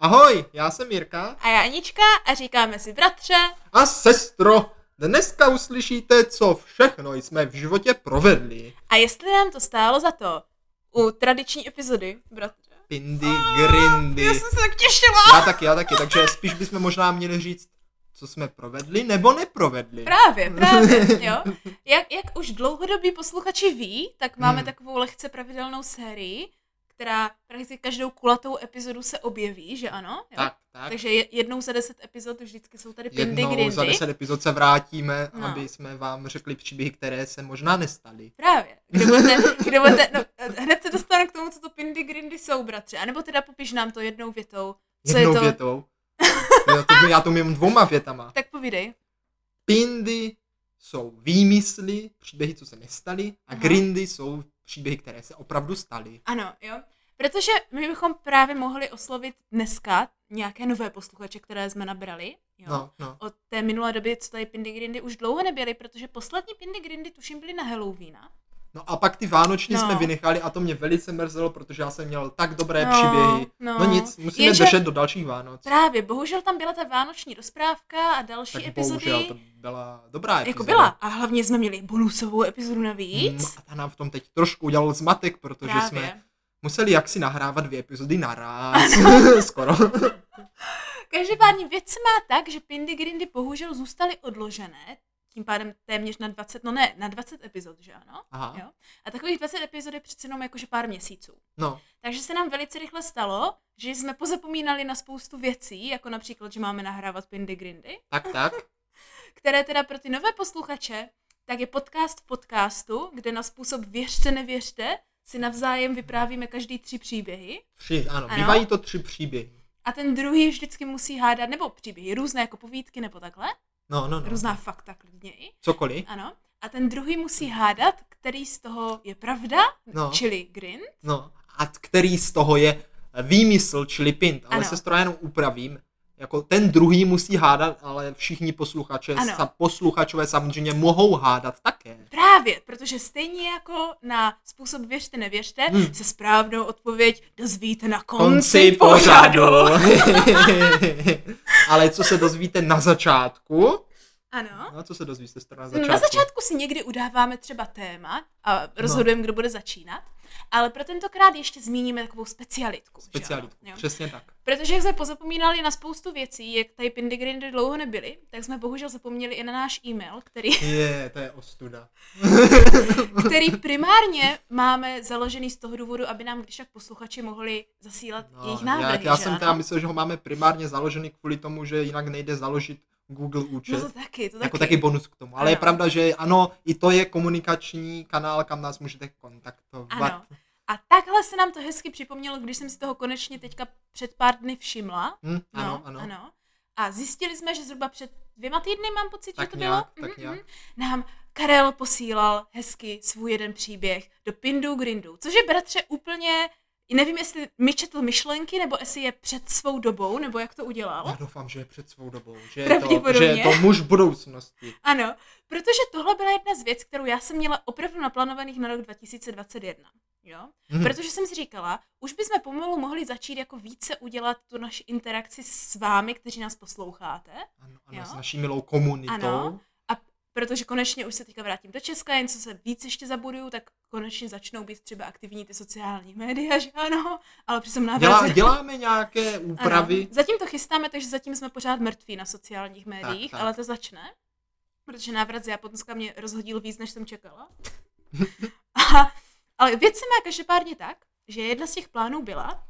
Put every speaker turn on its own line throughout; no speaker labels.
Ahoj, já jsem Jirka
A já Anička a říkáme si bratře.
a sestro. Dneska uslyšíte, co všechno jsme v životě provedli.
A jestli nám to stálo za to u tradiční epizody, bratře.
Pindy, grindy.
Já jsem se tak těšila.
Já taky, já taky, takže spíš bychom možná měli říct, co jsme provedli nebo neprovedli.
Právě, právě, jo. Jak, jak už dlouhodobí posluchači ví, tak máme
Hmm.
takovou lehce pravidelnou sérii, která prakticky každou kulatou epizodu se objeví, že ano? Jo?
Tak, tak.
Takže je- jednou za deset epizod vždycky jsou tady pindy
Jednou
grindy.
za deset epizod se vrátíme,
No.
aby jsme vám řekli příběhy, které se možná nestaly.
Právě. Kde budete, kde budete, no, hned se dostanu k tomu, co to pindy grindy jsou, bratře. A nebo teda popiš nám to jednou větou. Co je
Jednou
to?
větou. Já to, já to umím dvouma větama.
Tak povídej.
Pindy jsou výmysly, příběhy, co se nestaly, a
Aha.
grindy jsou příběhy, které se opravdu staly.
Ano, jo. Protože my bychom právě mohli oslovit dneska nějaké nové posluchače, které jsme nabrali. Jo.
No, no.
Od té minulé doby, co tady Pindy Grindy už dlouho nebyly, protože poslední Pindy Grindy tuším byly na Halloweena.
No a pak ty vánoční
No.
jsme vynechali a to mě velice mrzelo, protože já jsem měl tak dobré příběhy.
No,
No nic, musíme
Jenže
držet do dalších Vánoc.
Právě, bohužel tam byla ta vánoční rozprávka a další
Tak
epizody.
bohužel to byla dobrá epizoda.
Jako byla. A hlavně jsme měli bonusovou epizodu navíc.
Mm, A ta nám v tom teď trošku udělal zmatek, protože
Právě.
jsme museli jaksi nahrávat dvě epizody naraz. Skoro.
Každopádně věc se má tak, že Pindy Grindy bohužel zůstaly odložené, tím pádem téměř na 20, no ne, na 20 epizod, že ano?
Aha.
Jo. A takových 20 epizod je přece jenom jakože pár měsíců.
No,
Takže se nám velice rychle stalo, že jsme pozapomínali na spoustu věcí, jako například, že máme nahrávat Pindy Grindy,
tak, tak.
které teda pro ty nové posluchače, tak je podcast v podcastu, kde na způsob věřte, nevěřte, si navzájem vyprávíme každý tři příběhy
Tři, ano,
Ano.
bývají to tři příběhy.
a ten druhý vždycky musí hádat, nebo příběhy různé, jako povídky nebo takhle,
No, no, no.
různá fakta klidně i,
Cokoliv.
ano. A ten druhý musí hádat, který z toho je pravda,
No.
čili grin,
No, a t- který z toho je výmysl, čili pint, ale
Ano.
se stroje jenom upravím. Jako ten druhý musí hádat, ale všichni posluchače,
Ano.
sa, posluchačové samozřejmě mohou hádat také.
Právě, protože stejně jako na způsob věřte, nevěřte,
Hmm.
hmm. se správnou odpověď dozvíte na konci, pořadu.
ale co se dozvíte na začátku?
Ano.
No, co se dozví se strana
Začátku.
začátku?
Na začátku si někdy udáváme třeba téma a rozhodujeme,
No.
kdo bude začínat, ale pro tentokrát ještě zmíníme takovou specialitku. že ano?
Specialitku,
Jo.
přesně tak.
Protože jak jsme pozapomínali na spoustu věcí, jak tady Pindigrindy dlouho nebyly, tak jsme bohužel zapomněli i na náš e-mail, který
Je, to je ostuda.
který primárně máme založený z toho důvodu, aby nám když tak posluchači mohli zasílat no, jejich
já,
návrhy.
já
že
jsem
ano?
teda myslel, že ho máme primárně založený kvůli tomu, že jinak nejde založit Google účet.
No to taky, to taky.
jako taky bonus k tomu. Ale ano. je
Ano.
pravda, že ano, i to je komunikační kanál, kam nás můžete kontaktovat.
Ano. A takhle se nám to hezky připomnělo, když jsem si toho konečně teďka před pár dny všimla.
Hm?
No,
ano, ano. ano.
ano. A zjistili jsme, že zhruba před dvěma týdny, mám pocit, že
Tak
to
nějak,
bylo,
tak
mhm,
nějak.
mhm, nám Karel posílal hezky svůj jeden příběh do Pindu Grindu, což je bratře úplně, nevím, jestli mi četl myšlenky, nebo jestli je před svou dobou, nebo jak to udělal.
Já doufám, že je před svou dobou, že je, to, že
Pravděpodobně.
je to muž budoucnosti.
Ano, protože tohle byla jedna z věcí, kterou já jsem měla opravdu naplánovaných na rok 2021. Jo?
Hm.
Protože jsem si říkala, už bychom pomalu mohli začít jako více udělat tu naši interakci s vámi, kteří nás posloucháte,
Ano, ano,
Jo.
s naší milou komunitou.
Ano. protože konečně už se teďka vrátím do Česka, jen co se víc ještě zabuduju, tak konečně začnou být třeba aktivní ty sociální média, že ano, ale při jsem
Dělá, děláme nějaké úpravy.
Zatím to chystáme, takže zatím jsme pořád mrtví na sociálních médiích,
tak.
ale to začne. Protože návrat z Japonska mě rozhodil víc, než jsem čekala. A, ale věc se má každopádně tak, že jedna z těch plánů byla,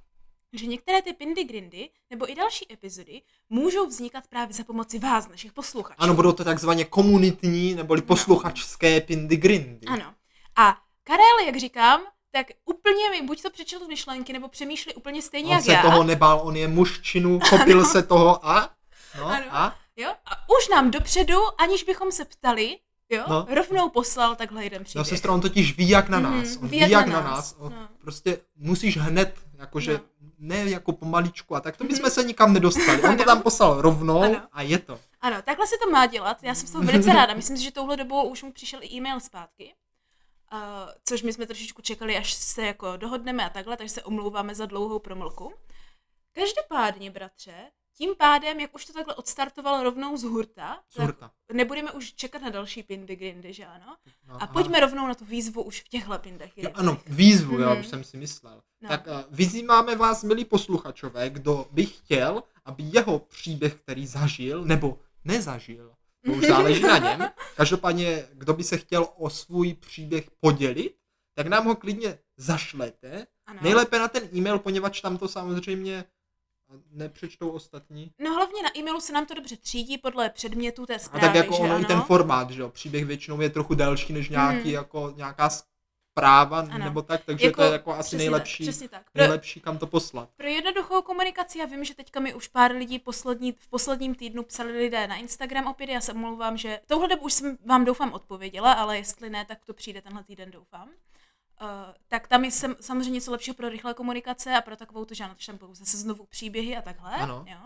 že některé ty pindy grindy nebo i další epizody můžou vznikat právě za pomoci vás, našich posluchačů.
Ano, budou to takzvaně komunitní, neboli
No.
posluchačské pindy grindy.
Ano. A Karel, jak říkám, tak úplně mi buď to přečetl z myšlenky, nebo přemýšlí úplně stejně
On
jak
se
já.
toho nebál, on je mužčinu, chopil se toho a... No,
Ano.
a?
Jo? A už nám dopředu, aniž bychom se ptali, jo,
No.
no. rovnou poslal takhle jeden příběh.
No sestra, on totiž ví jak na
Mhm,
nás. On ví jak, na nás. On
no.
Prostě musíš hned, jakože
No. Mhm.
ne jako pomaličku a tak. To bychom se nikam nedostali. On to
Ano.
tam poslal rovnou
Ano.
a je to.
Ano, takhle se to má dělat. Já jsem z toho velice ráda. Myslím si, že touhle dobou už mu přišel i e-mail zpátky. Uh, což my jsme trošičku čekali, až se jako dohodneme a takhle, takže se omlouváme za dlouhou promlku. Každopádně, bratře, tím pádem, jak už to takhle odstartovalo rovnou z hurta,
Z
tak
hurta.
nebudeme už čekat na další pindy grindy, že ano?
No,
A
aha.
pojďme rovnou na tu výzvu už v těchto pindech.
Jo,
jednou.
ano, výzvu, já
Mhm.
už jsem si myslel.
No.
Tak eh, vyzýváme vás, milí posluchačové, kdo by chtěl, aby jeho příběh, který zažil, nebo nezažil, to už záleží na něm. Každopádně, kdo by se chtěl o svůj příběh podělit, tak nám ho klidně zašlete.
Ano.
Nejlépe na ten e-mail, poněvadž tam to samozřejmě nepřečtou ostatní.
No hlavně na e-mailu se nám to dobře třídí podle předmětu té
A
zprávy,
tak jako
že
ono
ano?
i ten formát, že jo, příběh většinou je trochu delší než nějaký,
Mhm.
jako nějaká zpráva
Ano.
nebo tak, takže to je jako asi
přesně
nejlepší,
Tak, přesně tak. Pro,
nejlepší, kam to poslat.
pro jednoduchou komunikaci, já vím, že teďka mi už pár lidí poslední, v posledním týdnu psali lidé na Instagram opět, já se omlouvám, že touhle dobu už jsem vám doufám odpověděla, ale jestli ne, tak to přijde tenhle týden, doufám. Uh, tak tam je sem, samozřejmě něco lepšího pro rychlé komunikace a pro takovou tu žádnou, tam budou zase znovu příběhy a takhle.
Ano.
Jo?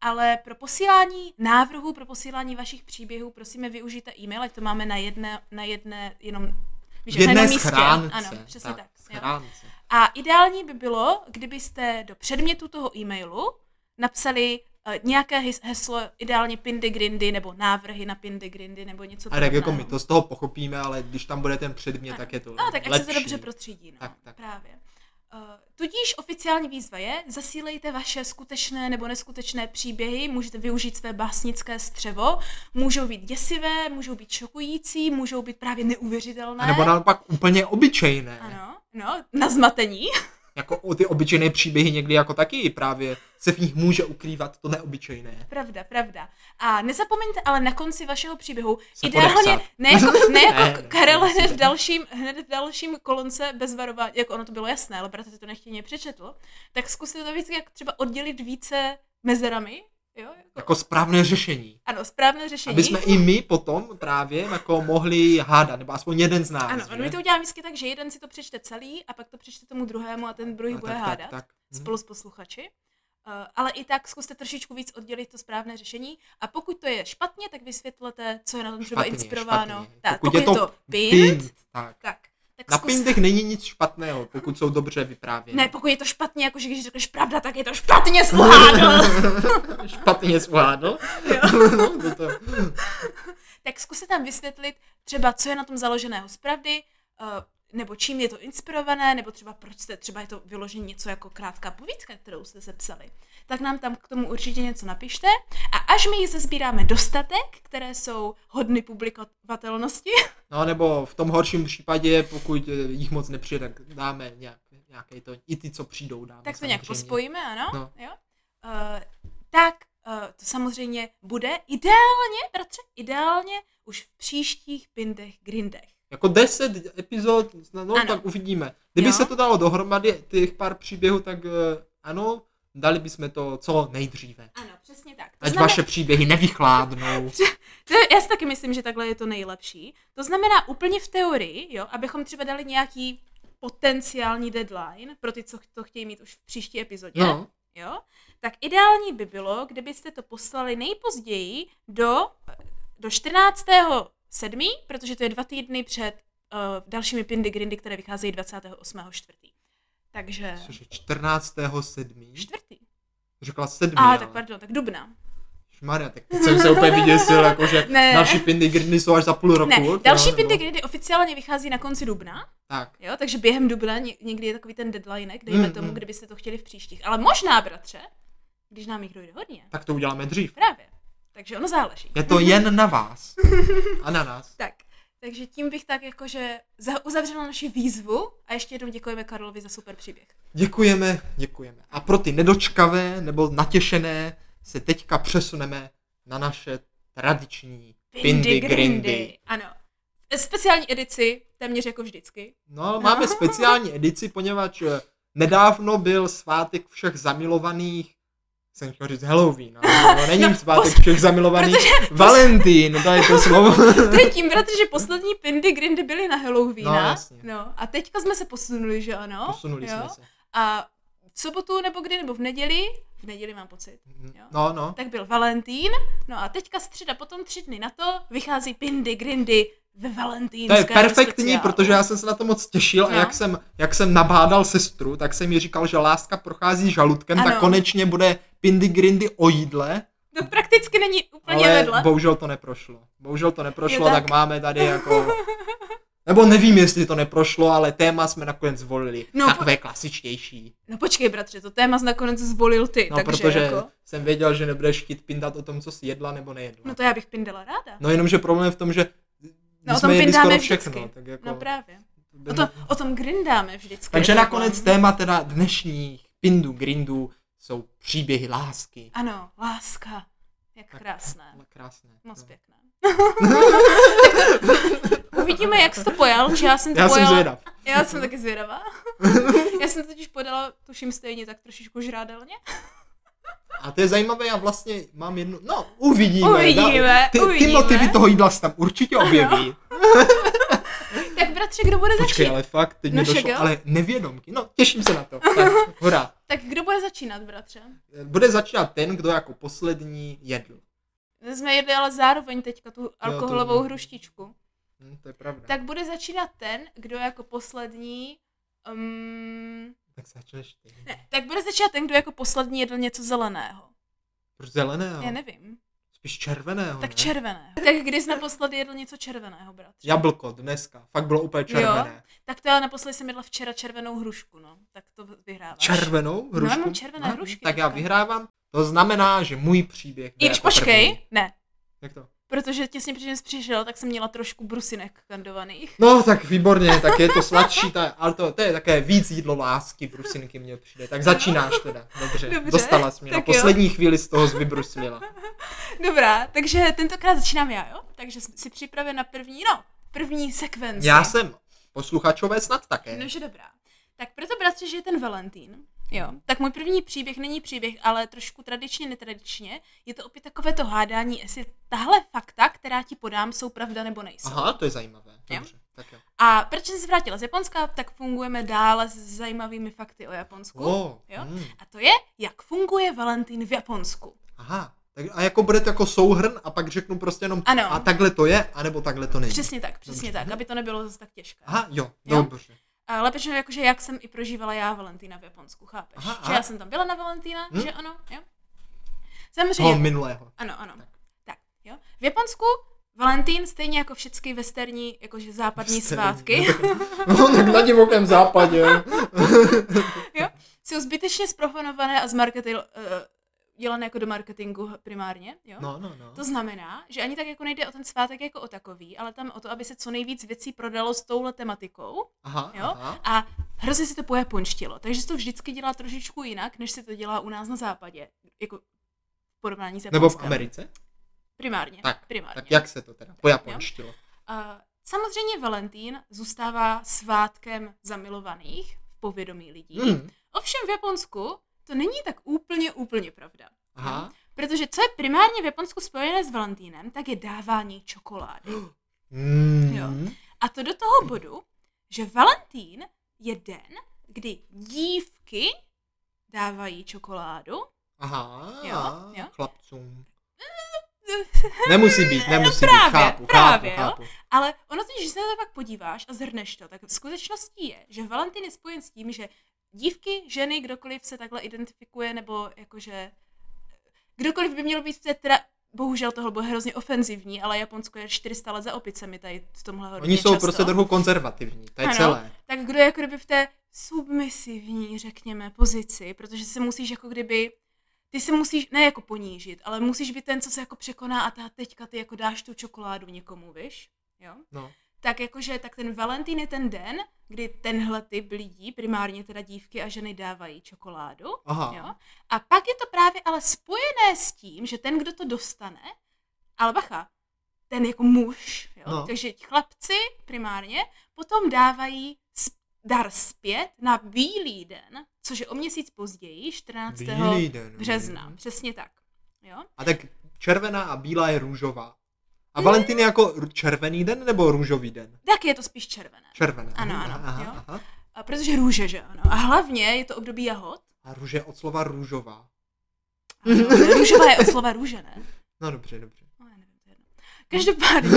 Ale pro posílání návrhů, pro posílání vašich příběhů, prosíme využijte e-mail, ať to máme na jedné, na jedné jenom víš,
V
jak na
jedné
jednom místě.
schránce.
Ano, přesně tak. jo.
schránce.
A ideální by bylo, kdybyste do předmětu toho e-mailu napsali eh, nějaké his- heslo, ideálně pindy grindy, nebo návrhy na pindy grindy, nebo něco
A tak jako my
podobného.
to z toho pochopíme, ale když tam bude ten předmět,
Ano.
tak je to
No, tak ať se
lepší.
to dobře prostřídí, no,
Tak, tak.
právě. Uh, Tudíž oficiální výzva je, zasílejte vaše skutečné nebo neskutečné příběhy, můžete využít své básnické střevo, můžou být děsivé, můžou být šokující, můžou být právě neuvěřitelné.
A nebo naopak úplně obyčejné.
Ano, no, na zmatení.
Jako o ty obyčejné příběhy někdy jako taky právě se v nich může ukrývat to neobyčejné.
Pravda, pravda. A nezapomeňte ale na konci vašeho příběhu,
Se
ideálně,
podepsat.
ne jako, ne jako
Ne, ne,
ne, Karel
ne,
hned, v
ne.
dalším, hned v dalším kolonce bez varování, jako ono to bylo jasné, ale bratr si to nechtěně přečetl, tak zkuste to vždycky jak třeba oddělit více mezerami, jo? Jako,
Jako správné řešení.
ano, správné řešení.
Aby jsme i my potom právě jako mohli hádat, nebo aspoň jeden z nás.
Ano,
že?
on my to uděláme vždycky tak, že jeden si to přečte celý a pak to přečte tomu druhému a ten druhý
No,
bude
tak, Tak,
hádat.
tak. Mhm.
spolu s posluchači. Eh, Ale i tak zkuste trošičku víc oddělit to správné řešení a pokud to je špatně, tak vysvětlete, co je na tom třeba
Špatně,
inspirováno.
špatně.
Tak,
Pokud je to
pint,
Pint, tak.
tak, tak
Na
zkus...
pintech není nic špatného, pokud jsou dobře vyprávěny.
Ne, pokud je to špatně, jakože když řekneš pravda, tak je to špatně zvládl.
Špatně zvládl. No, to to-
tak zkuste tam vysvětlit třeba, co je na tom založeného z pravdy, eh, nebo čím je to inspirované, nebo třeba proč jste, třeba je to vyloženě něco jako krátká povídka, kterou jste sepsali. Tak nám tam k tomu určitě něco napište a až my jich zezbíráme dostatek, které jsou hodny publikovatelnosti,
No nebo v tom horším případě, pokud eh, jich moc nepřijde, tak dáme nějak, nějaké to, i ty, co přijdou, dáme.
tak to nějak
samozřejmě.
pospojíme, ano?
No.
Jo? Uh, tak uh, to samozřejmě bude ideálně, bratře, ideálně už v příštích pindech, grindech.
Jako 10 epizod, no ano.
Ano.
tak uvidíme. Kdyby
Jo.
se to dalo dohromady, těch pár příběhů, tak eh, ano, dali bychom to co nejdříve.
Ano, přesně tak. To
Ať
znamená-
vaše příběhy nevychládnou.
To, je- já si taky myslím, že takhle je to nejlepší. To znamená úplně v teorii, jo, abychom třeba dali nějaký potenciální deadline pro ty, co ch- to chtějí mít už v příští epizodě,
No,
jo, tak ideální by bylo, kdybyste to poslali nejpozději do, do 14. 7., protože to je dva týdny před uh, dalšími Pindy Grindy, které vycházejí 28. 4. Takže...
což je 14.7.
Čtvrtý.
Řekla 7.
A, tak pardon, tak dubna.
Maria, tak teď jsem se úplně vyděsil, jakože
Ne.
další pindy grny jsou až za půl roku. no.
Ne,
jo,
další
nebo-
Pindy Grindy oficiálně vychází na konci dubna,
Tak.
Jo, takže během dubna ně- někdy je takový ten deadline, dejme
Mm,
mm, tomu,
mm.
kdybyste to chtěli v příštích. Ale možná, bratře, když nám jich dojde hodně.
Tak to uděláme dřív.
Právě. Takže ono záleží.
Je to jen na vás. A na nás.
Tak, takže tím bych tak jakože za- uzavřela naši výzvu a ještě jednou děkujeme Karlovi za super příběh.
Děkujeme, děkujeme. A pro ty nedočkavé nebo natěšené se teďka přesuneme na naše tradiční Pindy Grindy.
Ano. Speciální edici, téměř jako vždycky.
No, máme speciální edici, poněvadž eh, nedávno byl svátek všech zamilovaných jsem chtěl říct Halloween, ale to
No,
není svátek všech zamilovaných. Valentín, to je to slovo.
To je tím, protože poslední Pindy Grindy byly na Halloween.
No, jasně.
no, a teďka jsme se posunuli, že ano?
Posunuli
jo?
jsme se.
A v sobotu nebo kdy, nebo v neděli, v neděli mám pocit, jo?
No, no.
tak byl Valentín, no a teďka středa, potom tři dny na to vychází Pindy Grindy ve
To je
valentýnském
perfektní,
speciálu.
protože já jsem se na to moc těšil a
No.
jak jsem, jak jsem nabádal sestru, tak jsem mi říkal, že láska prochází žaludkem, tak
Ano.
konečně bude Pindy Grindy o jídle,
To prakticky není úplně
ale
vedle.
bohužel to neprošlo. Bohužel to neprošlo,
Je
tak.
tak.
tak máme tady jako... Nebo nevím, jestli to neprošlo, ale téma jsme nakonec zvolili. No,
No,
takové klasičtější.
No počkej, bratře, to téma jsi nakonec zvolil ty,
No,
takže
protože
jako...
jsem věděl, že nebudeš chtít pindat o tom, co jsi jedla nebo nejedla.
No to já bych pindala ráda.
No jenomže problém je v tom, že my
No, o
jsme
tom
jedli
pindáme
skoro
vždycky.
všechno. Tak jako,
No právě.
by-
O, to, o tom grindáme vždycky. Jako-
Takže
je to
nakonec
problém.
téma teda dnešních pindů grindů jsou příběhy lásky.
Ano, láska. Jak krásné.
Ale krásné.
Moc
no.
pěkné. Uvidíme, jak jsi to pojal, že já jsem to
Já jsem
pojala.
zvědav.
Já jsem taky zvědavá. Já jsem totiž podala, tuším stejně, tak trošičku žrádelně.
A to je zajímavé, já vlastně mám jednu... No, uvidíme.
Uvidíme,
ty, ty
uvidíme.
motivy toho jídla se tam určitě objeví.
Tak bratře, kdo bude začínat?
Počkej, ale fakt, teď mi
No,
došlo,
šegel.
ale nevědomky. No, těším se na to. Tak, hurá.
Tak kdo bude začínat, bratře?
Bude začínat ten, kdo jako poslední jedl.
My Jsme jedli ale zároveň teďka tu alkoholovou
vím.
hruštičku.
Hm, to je pravda. Tak,
Tak bude začínat ten, kdo jako poslední... Um,
tak začneš ty.
ne, tak bude začínat ten, kdo jako poslední jedl něco zeleného.
Proč zeleného?
Já nevím.
Spíš červeného,
Tak
No. ne?
červeného. Tak když jsi naposledy jedl něco červeného, bratře?
Jablko dneska. Fakt bylo úplně červené.
Tak to já naposledy jsem jedla včera červenou hrušku, no. Tak to vyhráváš.
Červenou hrušku?
já mám červené
Aha,
hrušky
Tak já
teďka.
vyhrávám. To znamená, že můj příběh jde
I když
jako
počkej,
první.
ne.
Jak to?
Protože těsně předtím jsi přišel, tak jsem měla trošku brusinek kandovaných.
No tak výborně, tak je to sladší, ta, ale to, to je také víc jídlo lásky, brusinky mně přijde. Tak začínáš teda, dobře,
Dobře,
dostala jsi mě, na
tak jo.
poslední chvíli z toho zvybruslila.
Dobrá, takže tentokrát začínám já, jo? Takže jsem si připraven na první, no, první sekvenci.
Já jsem posluchačové snad také.
Nože dobrá. Tak proto, bratře, že je ten Valentín, jo, tak můj první příběh není příběh, ale trošku tradičně, netradičně, je to opět takové to hádání, jestli tahle fakta, která ti podám, jsou pravda nebo nejsou.
Aha, to je zajímavé,
Jo.
dobře, tak jo.
A proč jsem se vrátila z Japonska, tak fungujeme dále s zajímavými fakty o Japonsku.
O,
jo?
mm,
A to je, jak funguje Valentín v Japonsku.
aha, tak a jako bude to jako souhrn a pak řeknu prostě jenom
Ano.
a takhle to je, anebo takhle to není.
Přesně tak, přesně tak, aby to nebylo zase tak těžké.
Aha, jo,
Jo?
dobře.
A lépe, že jakože jak jsem i prožívala já Valentína v Japonsku, chápeš?
Aha,
Aha,
aha.
Že já jsem tam byla na Valentína,
Hm.
hmm? že ano, jo?
Toho
Samozřejmě.
minulého.
Ano, ano.
Tak.
Tak. jo. V Japonsku Valentín stejně jako všechny westerní, jakože západní
Vstřelení.
svátky,
No tak na divokém západě.
jsou zbytečně sprofanované a z marketil, uh, dělané jako do marketingu primárně, jo?
No, no, no.
To znamená, že ani tak jako nejde o ten svátek jako o takový, ale tam o to, aby se co nejvíc věcí prodalo s touhle tematikou.
Aha,
Jo?
aha.
A hrozně se to pojaponštilo, takže se to vždycky dělá trošičku jinak, než se to dělá u nás na západě. Jako v porovnání s
Nebo v
Japonskem.
Americe?
Primárně.
Tak,
primárně.
Tak jak se to teda pojaponštilo?
A samozřejmě Valentín zůstává svátkem zamilovaných v povědomí lidí.
Hmm.
Ovšem v Japonsku to není tak úplně, úplně pravda.
Aha.
Protože co je primárně v Japonsku spojené s Valentínem, tak je dávání čokolády.
Mm.
Jo. A to do toho bodu, že Valentín je den, kdy dívky dávají čokoládu.
Aha.
Jo, jo.
Chlapcům. Nemusí být, nemusí být.
právě,
Chápu,
právě, jo.
chápu, chápu.
Ale ono, to, když se na to pak podíváš a zhrneš to, tak v skutečností je, že Valentín je spojen s tím, že dívky, ženy, kdokoliv se takhle identifikuje, nebo jakože kdokoliv by měl být v té tra... Bohužel tohle bylo hrozně ofenzivní, ale Japonsko je 400 let za opicemi tady v tomhle hodně
Oni jsou
často.
prostě trochu konzervativní, to je
Ano.
celé.
tak kdo je jako kdyby v té submisivní, řekněme, pozici, protože se musíš jako kdyby, ty se musíš, ne jako ponížit, ale musíš být ten, co se jako překoná a ta teďka ty jako dáš tu čokoládu někomu, víš? Jo?
No.
Tak jakože, tak ten Valentín je ten den, kdy tenhle typ lidí, primárně teda dívky a ženy dávají čokoládu.
Aha.
Jo? A pak je to právě ale spojené s tím, že ten, kdo to dostane, ale bacha, ten jako muž, jo?
No.
No. takže ti chlapci primárně potom dávají s- dar zpět na Bílý den, což je o měsíc později, 14.
Bílý den.
března. Přesně tak. Jo?
A tak červená a bílá je růžová.
Mm.
A Valentín je jako ru- červený den nebo růžový den?
Tak je to spíš červené.
Červené.
Ano,
Aha,
ano,
aha,
jo.
aha.
A protože růže, že ano. A hlavně je to období jahod.
A růže od slova růžová.
Ano, ale Růžová je od slova růže, ne?
No dobře, dobře.
No, já nevím, to je jedno. Každopádně,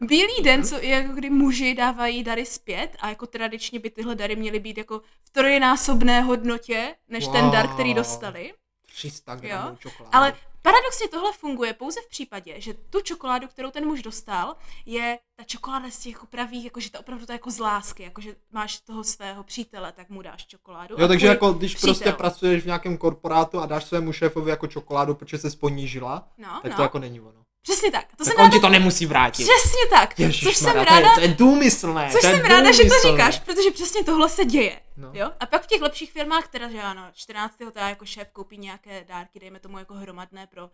Bílý den, co je jako kdy muži dávají dary zpět a jako tradičně by tyhle dary měly být jako v trojnásobné hodnotě, než wow. ten dar, který
Wow.
dostali.
300
Jo,
gramů čokolády.
Ale paradoxně tohle funguje pouze v případě, že tu čokoládu, kterou ten muž dostal, je ta čokoláda z těch jako pravých, jakože to opravdu to je jako z lásky, jakože máš toho svého přítele, tak mu dáš čokoládu.
Jo,
a
takže
tvůj-
jako když
přítel.
prostě pracuješ v nějakém korporátu a dáš svému šéfovi jako čokoládu, protože se sponížila,
No,
tak
no,
to jako není ono.
přesně tak. To jsem
Tak on
ráda,
ti to nemusí vrátit.
přesně tak, což jsem
Ježišmarja,
ráda,
To je, to je důmyslné.
Což
to je
jsem ráda, že to
důmyslné.
říkáš, protože přesně tohle se děje.
No.
Jo? A pak v těch lepších firmách, teda, že ano, 14. teda jako šéf koupí nějaké dárky, dejme tomu jako hromadné pro uh,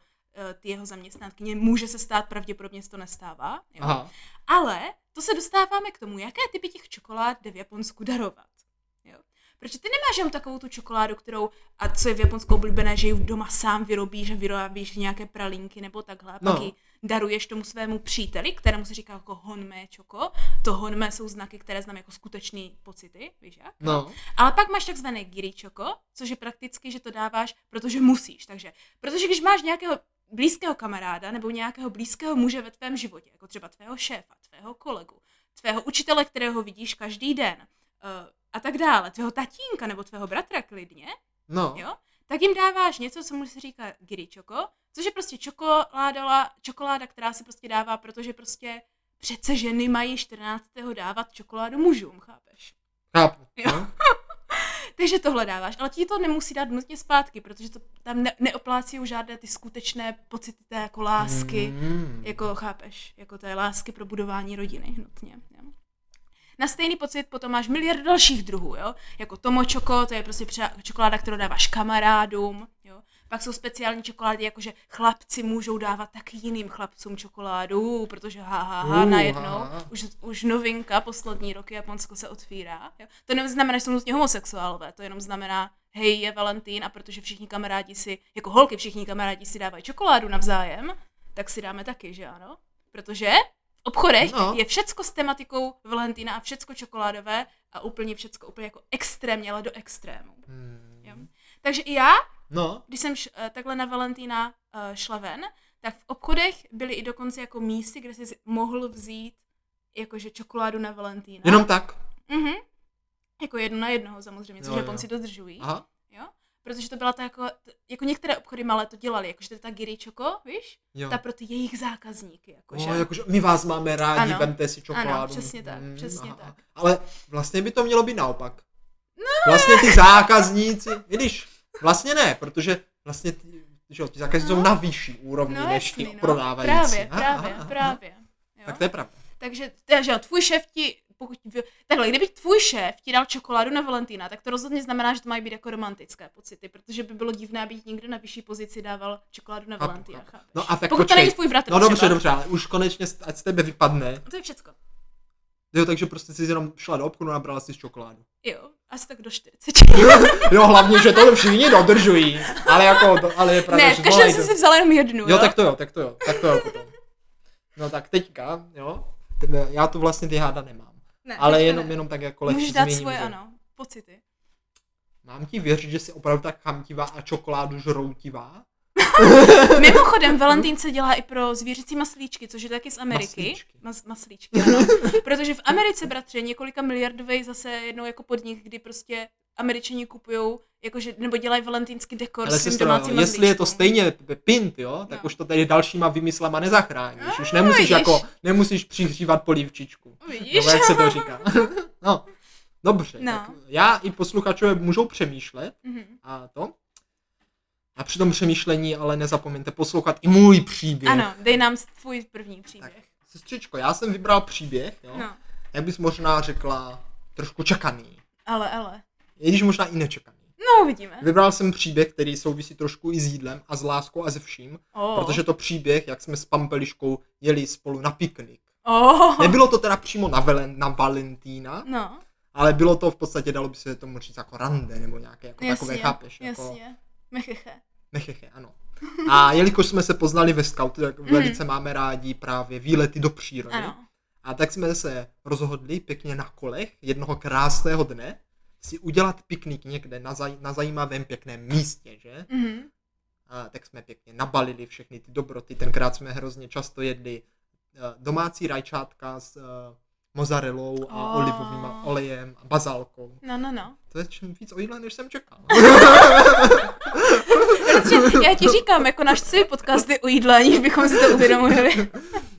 ty jeho zaměstnankyně, může se stát, pravděpodobně se to nestává. Jo?
Aha.
Ale to se dostáváme k tomu, jaké typy těch čokolád jde v Japonsku darovat. Jo? Protože ty nemáš jenom takovou tu čokoládu, kterou, a co je v Japonsku oblíbené, že ji doma sám vyrobíš a vyrobíš nějaké pralinky nebo takhle, a pak
No.
ji daruješ tomu svému příteli, kterému se říká jako honmé čoko. To honmé jsou znaky, které znám jako skutečný pocity, víš jak?
No.
Ale pak máš takzvané giričoko, což je prakticky, že to dáváš, protože musíš. Takže, protože když máš nějakého blízkého kamaráda nebo nějakého blízkého muže ve tvém životě, jako třeba tvého šéfa, tvého kolegu, tvého učitele, kterého vidíš každý den eh, a tak dále, tvého tatínka nebo tvého bratra klidně,
No.
jo, tak jim dáváš něco, co mu se říká giričoko, což je prostě čokoláda, čokoláda, která se prostě dává, protože prostě přece ženy mají 14. dávat čokoládu mužům, chápeš?
Chápu.
Jo.
No.
Takže tohle dáváš, ale ti to nemusí dát nutně zpátky, protože to tam ne- neoplácí žádné ty skutečné pocity té jako lásky, mm.
Mm.
jako chápeš, jako té lásky pro budování rodiny nutně. Jo? Na stejný pocit potom máš miliard dalších druhů, jo? jako tomočoko, to je prostě pře- čokoláda, kterou dáváš kamarádům, jo? pak jsou speciální čokolády, jakože chlapci můžou dávat taky jiným chlapcům čokoládu, protože ha, ha, ha,
Uh,
najednou,
ha, ha.
už, už novinka, poslední roky Japonsko se otvírá. Jo? To neznamená, že jsou nutně homosexuálové, to jenom znamená, hej, je Valentín a protože všichni kamarádi si, jako holky všichni kamarádi si dávají čokoládu navzájem, tak si dáme taky, že ano? Protože v obchodech
No.
no. je všecko s tematikou Valentína a všecko čokoládové a úplně všecko, úplně jako extrémně, ale do extrému.
Mm.
Jo? Takže i já
No.
když jsem š, eh, takhle na Valentína eh, šla ven, tak v obchodech byly i dokonce jako místy, kde jsi mohl vzít jakože čokoládu na Valentína.
Jenom tak.
Mhm. Jako jedno na jednoho samozřejmě, což
Jo, jo.
Japonci dodržují.
Aha.
Jo? Protože to byla ta jako, t- jako některé obchody malé to dělali, jakože to je ta giri čoko, víš?
Jo.
Ta pro ty jejich zákazníky, jakože.
Oh, jakože my vás máme rádi,
Ano.
vemte si čokoládu. Mm,
Ano, přesně tak, přesně tak.
Ale vlastně by to mělo být naopak. No. Vlastně ty zákazníci, i když vlastně ne, protože vlastně ty, že jo, ty zákazníci
No.
jsou na vyšší úrovni než ti prodávající.
Právě,
Aha,
právě,
aha, aha.
právě. Jo?
Tak to je pravda.
Takže, takže jo, tvůj šéf ti, pokud, v- takhle, kdyby tvůj šéf ti dal čokoládu na Valentína, tak to rozhodně znamená, že to mají být jako romantické pocity, protože by bylo divné, aby ti někdo na vyšší pozici dával čokoládu na
Chápu,
Valentína,
chápu.
chápeš?
No a tak
pokud to
počkej.
není tvůj bratr
No
třeba.
dobře, dobře, ale už konečně s- ať z tebe vypadne.
To je všecko.
Jo, takže prostě jsi jenom šla do obchodu a nabrala si čokoládu.
Jo, asi tak do 40.
Jo, hlavně, že to všichni dodržují, ale jako, to, ale je pravda,
ne,
že
v každém
volej
jsem
to.
si vzala jenom jednu,
Jo, tak to jo, tak to jo, tak to jo. potom. No tak teďka, jo, tebe- já tu vlastně ty háda nemám.
ne,
Ale
teďka
jenom,
ne.
jenom tak jako lehce
Můžeš dát
zmíním,
svoje,
že
ano, pocity.
Mám ti věřit, že jsi opravdu tak chamtivá a čokoládu žroutivá?
Mimochodem, Valentín se dělá i pro zvířecí maslíčky, což je taky z Ameriky.
Maslíčky.
Mas, maslíčky ano. Protože v Americe, bratře, je několika miliardový zase jednou jako podnik, kdy prostě Američani kupují jakože, nebo dělají valentýnský dekor
Ale
svým
sestro,
domácím
jestli je to
mazlíčkům.
stejně p- pint, jo, tak
No.
už to tady dalšíma vymyslama nezachráníš. Už nemusíš
vidíš.
jako, nemusíš přihřívat polívčičku.
Vidíš?
Nebo jak se to říká. No, dobře.
No.
Tak já i posluchačové můžou přemýšlet
Mhm.
a to. A při tom přemýšlení ale nezapomeňte poslouchat i můj příběh.
Ano, dej nám tvůj první
Tak,
příběh.
sestřičko, já jsem vybral příběh, jo.
No,
Jak bys možná řekla, trošku čekaný.
ale, ale.
I když možná i nečekaný.
No, uvidíme.
Vybral jsem příběh, který souvisí trošku i s jídlem a s láskou a se vším,
Oh.
protože to příběh, jak jsme s Pampeliškou jeli spolu na piknik.
Oh.
Nebylo to teda přímo na, velen, na Valentína,
No,
ale bylo to v podstatě, dalo by se tomu říct jako rande nebo nějaké jako
jasně,
takové, chápeš? Jako
jasně. Mecheche.
necheche, ano. A jelikož jsme se poznali ve scoutu, tak velice máme rádi právě výlety do přírody.
Mhm. Ano.
A tak jsme se rozhodli pěkně na kolech jednoho krásného dne si udělat piknik někde na, zaj- na zajímavém pěkném místě, že?
Mhm.
A tak jsme pěkně nabalili všechny ty dobroty. Tenkrát jsme hrozně často jedli eh, domácí rajčátka s eh, mozzarellou a
Oh.
olivovým olejem a bazálkou.
No, no, no.
To je čím víc o jídle, než jsem čekal.
Protože já ti říkám, jako náš celý podcast je o jídle, aniž bychom si to uvědomili.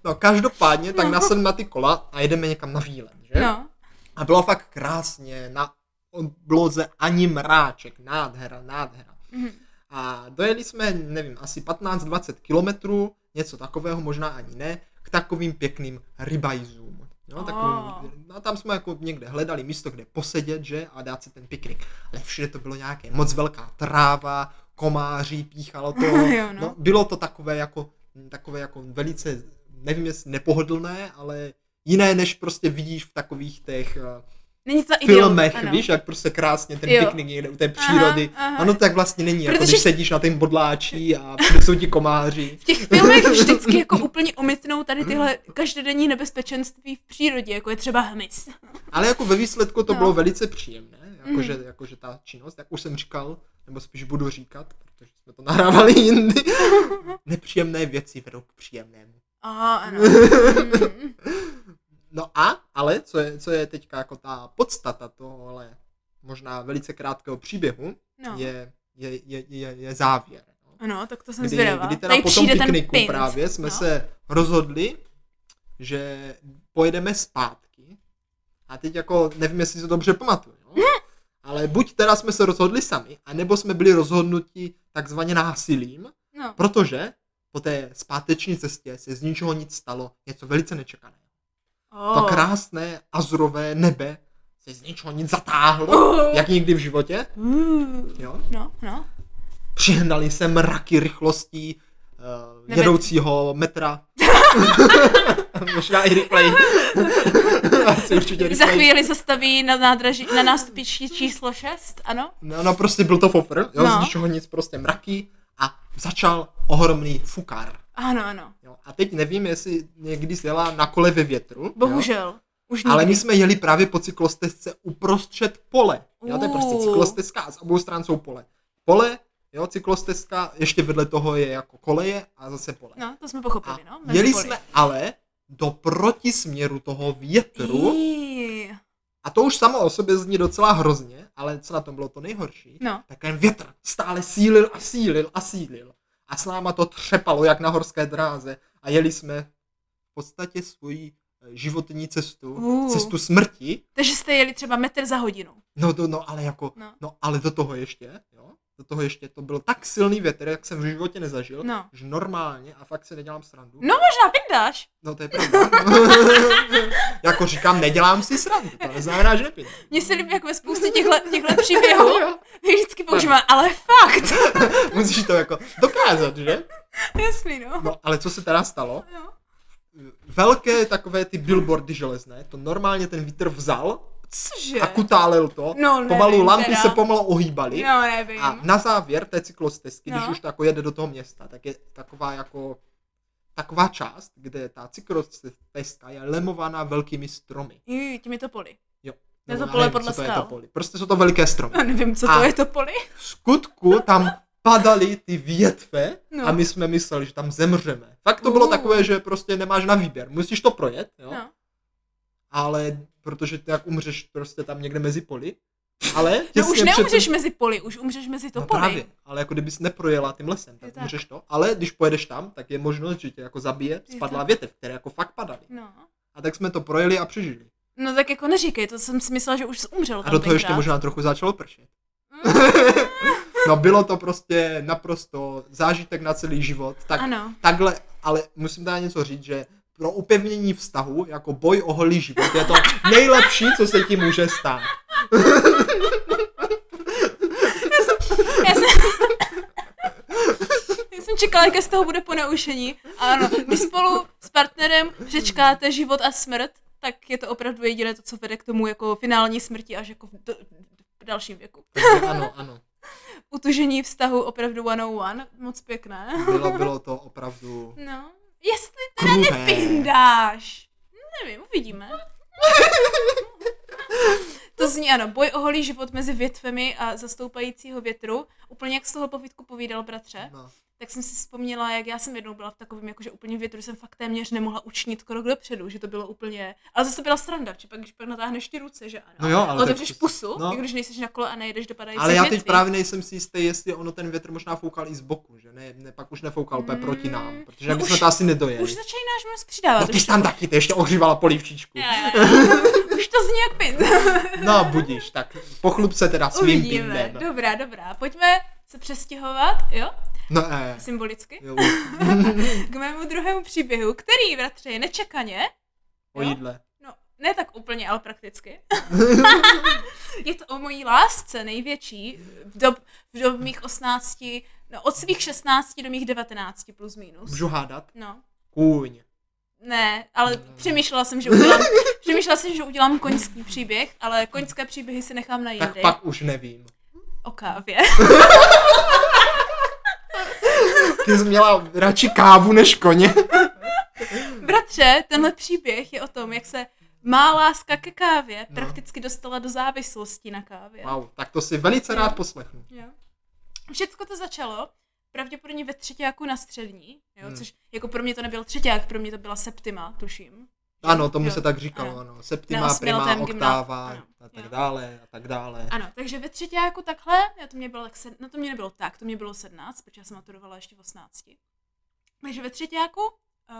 No každopádně, tak
No.
nasedeme na ty kola a jedeme někam na výlet, že?
No.
A bylo fakt krásně, na obloze ani mráček, nádhera, nádhera.
Mhm.
A dojeli jsme, nevím, asi 15-20 kilometrů, něco takového, možná ani ne, k takovým pěkným rybajzům. No, takovým, no tam jsme jako někde hledali místo, kde posedět, že, a dát si ten piknik. Ale všude to bylo nějaké moc velká tráva, komáří, píchalo to.
Jo, no.
no, bylo to takové jako, takové jako velice, nevím jestli nepohodlné, ale jiné, než prostě vidíš v takových těch eh,
Není to ideál,
filmech,
ano.
víš, jak prostě krásně ten
Jo.
piknik někde u té
Aha,
přírody. Aha,
aha.
Ano, tak vlastně není, jako
Protože-
když sedíš na tom bodláči a všude jsou ti komáři.
V těch filmech vždycky jako úplně omytnou tady tyhle každodenní nebezpečenství v přírodě, jako je třeba hmyz.
Ale jako ve výsledku to
No.
bylo velice příjemné, jakože,
Mhm.
jakože ta činnost, jak už jsem říkal, nebo spíš budu říkat, protože jsme to nahrávali jindy, nepříjemné věci vedou k příjemnému.
A ano. Mm.
No a, ale, co je, co je teďka jako ta podstata tohohle možná velice krátkého příběhu,
No.
je, je, je, je, je závěr. No.
Ano, tak to jsem
kdy,
zvědavá.
kdy teda
Tady
po tom
přijde ten
pikniku
pint.
právě jsme
no.
se rozhodli, že pojedeme zpátky. A teď jako nevím, jestli si to dobře pamatuju. No? Ale buď teda jsme se rozhodli sami, anebo jsme byli rozhodnuti takzvaně násilím,
No.
protože po té zpáteční cestě se z ničeho nic stalo, něco velice nečekaného.
Oh.
To krásné azurové nebe se z ničeho nic zatáhlo,
Oh.
jak nikdy v životě.
Uh.
Jo?
No, no.
Přihnali se mraky rychlostí uh,
Nebe-
jedoucího metra. Možná i rychleji. Asi určitě
Za
rychleji.
chvíli zastaví na nádraží, na nástupišti číslo 6, ano?
No, no prostě byl to fofr, jo,
No.
z ničeho nic, prostě mraky a začal ohromný fukar.
Ano, ano.
Jo. A teď nevím, jestli někdy jsi jela na kole ve větru. Jo.
Bohužel. Už nikdy.
Ale my jsme jeli právě po cyklostezce uprostřed pole. Jo, to je prostě
Uh.
cyklostezka a z obou stran jsou pole. Pole, jo, cyklostezka, ještě vedle toho je jako koleje a zase pole.
No, to jsme
A
pochopili, no. mezi
jeli
poli.
jsme ale do protisměru toho větru
Jí,
a to už samo o sobě zní docela hrozně, ale co na tom bylo to nejhorší,
No.
tak ten větr stále sílil a sílil a sílil a s náma to třepalo jak na horské dráze a jeli jsme v podstatě svoji eh, životní cestu,
Uh.
cestu smrti,
Takže jste jeli třeba metr za hodinu.
no, no, no ale jako,
No.
no. no ale do toho ještě, jo, do toho ještě to byl tak silný větr, jak jsem v životě nezažil,
No.
že normálně, a fakt se nedělám srandu,
No možná vyndáš.
No to je pravda. jako říkám, nedělám si srandu, to neznamená, že nepiju.
Mně se líbí, jak ve spoustě těchto, těchto příběhů vždycky používá, ale fakt.
Musíš to jako dokázat, že?
Jasný, no.
No ale co se teda stalo?
No.
Velké takové ty billboardy železné, to normálně ten vítr vzal
Cože?
a kutálel to.
No, nevím
pomalu lampy
teda.
se pomalu ohýbaly.
No, nevím.
A na závěr té cyklostezky, když
No.
už to jako jede do toho města, tak je taková jako taková část, kde ta cyklostezka je lemovaná velkými stromy.
Jí, tím je to poli.
Jo.
To je
Nebo
to
já
pole
nevím,
podle
co to je
skal.
to poli. Prostě jsou to veliké stromy.
No, nevím, co to
A-
je to poli.
v skutku tam padaly ty větve
No.
no. a my jsme mysleli, že tam zemřeme. Fakt to bylo
Uh.
takové, že prostě nemáš na výběr, musíš to projet, jo?
No.
ale protože ty jak umřeš prostě tam někde mezi poli, ale
No už
těsně před-
neumřeš mezi poli, už umřeš mezi to
no
poli.
právě, ale jako kdybys neprojela tím lesem,
Je
tak,
tak.
můžeš to, ale když pojedeš tam, tak je možnost, že tě jako zabije spadlá
tak.
větev, které jako fakt padaly.
No.
A tak jsme to projeli a přežili.
No tak jako neříkej, to jsem si myslela, že už jsi umřel
A
No tam
do toho ještě
tenkrát. Mm,
možná trochu začalo pršet. No bylo to prostě naprosto zážitek na celý život, tak
Ano.
takhle, ale musím teda něco říct, že pro upevnění vztahu, jako boj o holý život, je to nejlepší, co se ti může stát.
Já jsem... Já jsem čekala, jaké z toho bude ponaušení. Ano, když spolu s partnerem přečkáte život a smrt, tak je to opravdu jediné to, co vede k tomu jako finální smrti až jako v, do, v dalším věku.
Takže ano, ano.
Utužení vztahu opravdu 101, moc pěkné.
Bylo, bylo to opravdu
No, jestli
kruté.
pindáš. Nevím, uvidíme. To zní ano, boj o holý život mezi větvemi a zastoupajícího větru. Úplně jak z toho povídku povídal bratře.
No,
tak jsem si vzpomněla, jak já jsem jednou byla v takovém jakože úplně větru, jsem fakt téměř nemohla učinit krok dopředu, že to bylo úplně, ale zase to byla sranda, že pak, když pak natáhneš ty ruce, že ano,
No jo, ale to je
otevřeš
přes-
pusu,
no.
no. i když nejseš na kole a nejedeš do padající
Ale já teď právě nejsem si jistý, jestli ono ten větr možná foukal i z boku, že ne, ne pak už nefoukal úplně proti nám, protože
No
no my
už-
jsme to asi nedojeli.
Už začínáš moc přidávat.
no
už
ty jsi tam taky, ty ještě ohřívala polivčičku.
Ne, ne, ne. Už to zní jak pin.
No budíš, tak pochlup se teda svým no.
Uvidíme.
pindem.
Dobrá, dobrá. Pojďme se přestěhovat, jo?
No ne.
Symbolicky.
Jo,
K mému druhému příběhu, který, bratře, je nečekaně.
o jídle.
No, ne tak úplně, ale prakticky. je to o mojí lásce největší v dob, v dob mých 18, no od svých 16 do mých 19 plus minus.
Můžu hádat?
No.
Kůň.
Ne, ale přemýšlela jsem, že udělám, přemýšlela jsem, že udělám koňský příběh, ale koňské příběhy si nechám na
Tak
jindy.
pak už nevím.
O kávě.
Ty jsi měla radši kávu než koně.
Bratře, tenhle příběh je o tom, jak se má láska ke kávě
No.
prakticky dostala do závislosti na kávě.
Wow, tak to si velice rád poslechnu.
Jo. Všecko to začalo pravděpodobně ve třetíku na střední, jo,
Hmm.
což jako pro mě to nebyl třetíák, pro mě to byla septima, tuším.
Ano, tomu
Jo, No,
se tak říkalo,
ano.
ano.
Na
Septima,
osmiletém
prima,
gymnáziu,
oktáva
ano.
a tak
Jo.
dále a tak dále.
Ano, takže ve třetíku takhle, já to mě bylo tak, sed, no to mě nebylo tak, to mě bylo 17, protože já jsem maturovala ještě v 18. Takže ve třetíku, uh,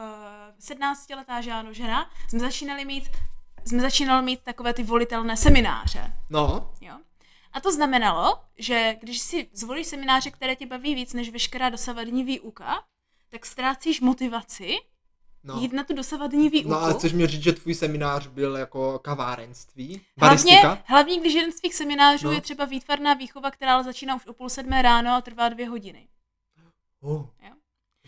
17 letá žáno žena, jsme začínali mít, jsme začínali mít takové ty volitelné semináře.
No,
Jo? A to znamenalo, že když si zvolíš semináře, které tě baví víc než veškerá dosavadní výuka, tak ztrácíš motivaci no.
no.
jít na tu dosavadní výuku.
No ale chceš mi říct, že tvůj seminář byl jako kavárenství?
hlavně,
Baristika?
hlavně, když jeden z těch seminářů
No.
no. je třeba výtvarná výchova, která ale začíná už o půl sedmé ráno a trvá dvě hodiny.
Oh.
Jo.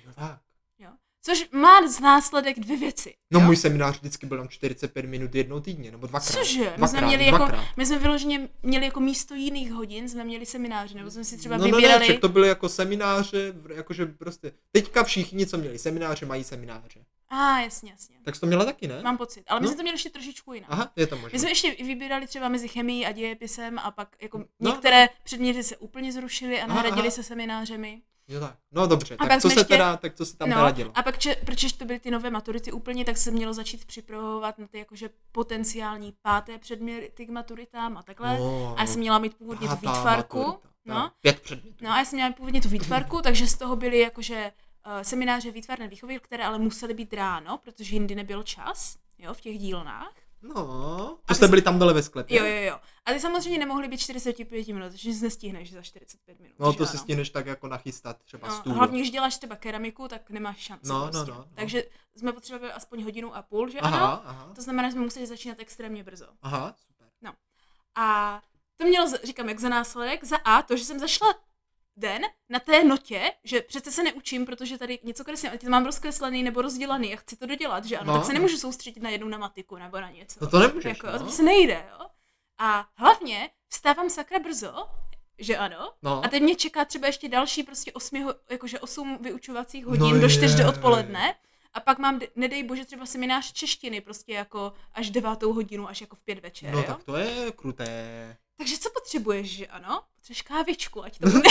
Jo, tak.
Jo? Což má z následek dvě věci.
No
jo?
můj seminář vždycky byl tam 45 minut jednou týdně, nebo dvakrát.
Cože? My jsme,
Dvakrát,
měli jako,
dvakrát.
my jsme vyloženě měli jako místo jiných hodin, jsme měli semináře, nebo jsme si třeba
no, no, ne,
vybírali...
však to byly jako semináře, v- jakože prostě, teďka všichni, co měli semináře, mají semináře.
A, jasně, jasně.
Tak jsi to měla taky, ne?
Mám pocit. Ale my
No.
jsme to měli ještě trošičku jinak.
Aha, je to
My
možné.
jsme ještě vybírali třeba mezi chemií a dějepisem a pak jako
no.
některé předměty se úplně zrušily a
Aha,
nahradily
aha.
se seminářemi.
Jo tak. No dobře, tak
pak
co
jsme
se
ještě-
teda, tak co se tam
no,
teda dělo?
a pak, če, protože to byly ty nové maturity úplně, tak se mělo začít připravovat na ty jakože potenciální páté předměty k maturitám a takhle.
Oh,
a já jsem měla mít původně tu
pátá
výtvarku.
maturita.
No,
Tak, Pět předmětů.
no a já jsem měla mít původně tu výtvarku, takže z toho byly jakože eh, semináře výtvarné výchovy, které ale musely být ráno, protože jindy nebyl čas, jo, v těch dílnách.
No,
ty
to jste
jsi-
byli tam dole ve sklepě.
Jo, jo, jo. A ty samozřejmě nemohly být 45 minut, takže nic nestihneš za 45 minut.
No
že
to si
ano.
stihneš tak jako nachystat třeba
No,
stůl.
hlavně, když děláš třeba keramiku, tak nemáš šanci.
No, no,
prostě.
no, no.
Takže jsme potřebovali aspoň hodinu a půl, že
Aha,
ano?
aha,
To znamená, že jsme museli začínat extrémně brzo.
aha, super.
A to mělo, za- říkám, jak za následek, za A, to, že jsem zašla den na té notě, že přece se neučím, protože tady něco kreslím, ale ty to mám rozkreslený nebo rozdělaný a chci to dodělat, že ano,
No.
tak se nemůžu soustředit na jednu na matiku nebo na něco.
No to nemůžeš,
Jako, to
no.
prostě nejde, jo? A hlavně vstávám sakra brzo, že ano,
No.
a teď mě čeká třeba ještě další prostě 8, jakože 8 vyučovacích hodin
No
do 4
jej.
do odpoledne. A pak mám, de- nedej bože, třeba seminář češtiny prostě jako až devátou hodinu, až jako v pět večer,
No
jo?
tak to je kruté.
Takže co potřebuješ, že ano? Potřebuješ kávičku, ať to bude...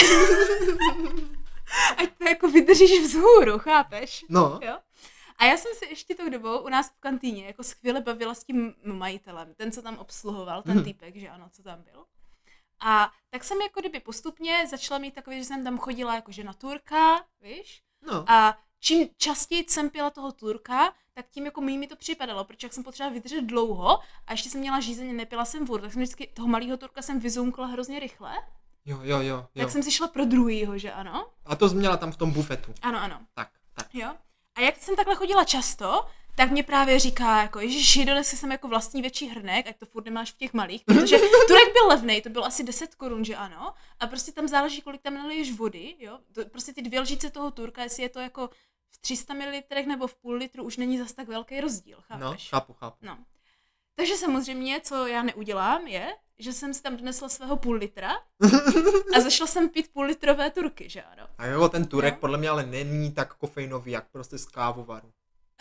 ať to jako vydržíš vzhůru, chápeš?
No,
Jo? A já jsem se ještě tou dobou u nás v kantýně jako skvěle bavila s tím m- majitelem, ten, co tam obsluhoval, ten
Mhm.
týpek, že ano, co tam byl. A tak jsem jako kdyby postupně začala mít takový, že jsem tam chodila jakože na turka, víš?
no.
A čím častěji jsem pila toho turka, tak tím jako méně mi to připadalo, protože jak jsem potřeba vydržet dlouho a ještě jsem měla žízeň, nepila jsem furt, tak jsem vždycky toho malého turka jsem vyzounkla hrozně rychle,
Jo, jo, jo,
tak
jo.
jsem si šla pro druhýho, že ano?
A to jsi měla tam v tom bufetu.
Ano, ano.
Tak, tak.
Jo. A jak jsem takhle chodila často, tak mě právě říká, jako, ježiši, dones si sem jako vlastní větší hrnek, ať to furt nemáš v těch malých, protože Turek byl levný, to bylo asi 10 korun, že ano, a prostě tam záleží, kolik tam naliješ vody, jo, to, prostě ty dvě lžíce toho Turka, jestli je to jako v 300 ml nebo v půl litru, už není zas tak velký rozdíl,
No,
chápeš?
chápu, chápu.
No. Takže samozřejmě, co já neudělám, je, že jsem si tam donesla svého půl litra a zašla jsem pít půl litrové turky, že ano.
A jo, jako ten turek
Jo.
podle mě ale není tak kofeinový, jak prostě z kávovaru.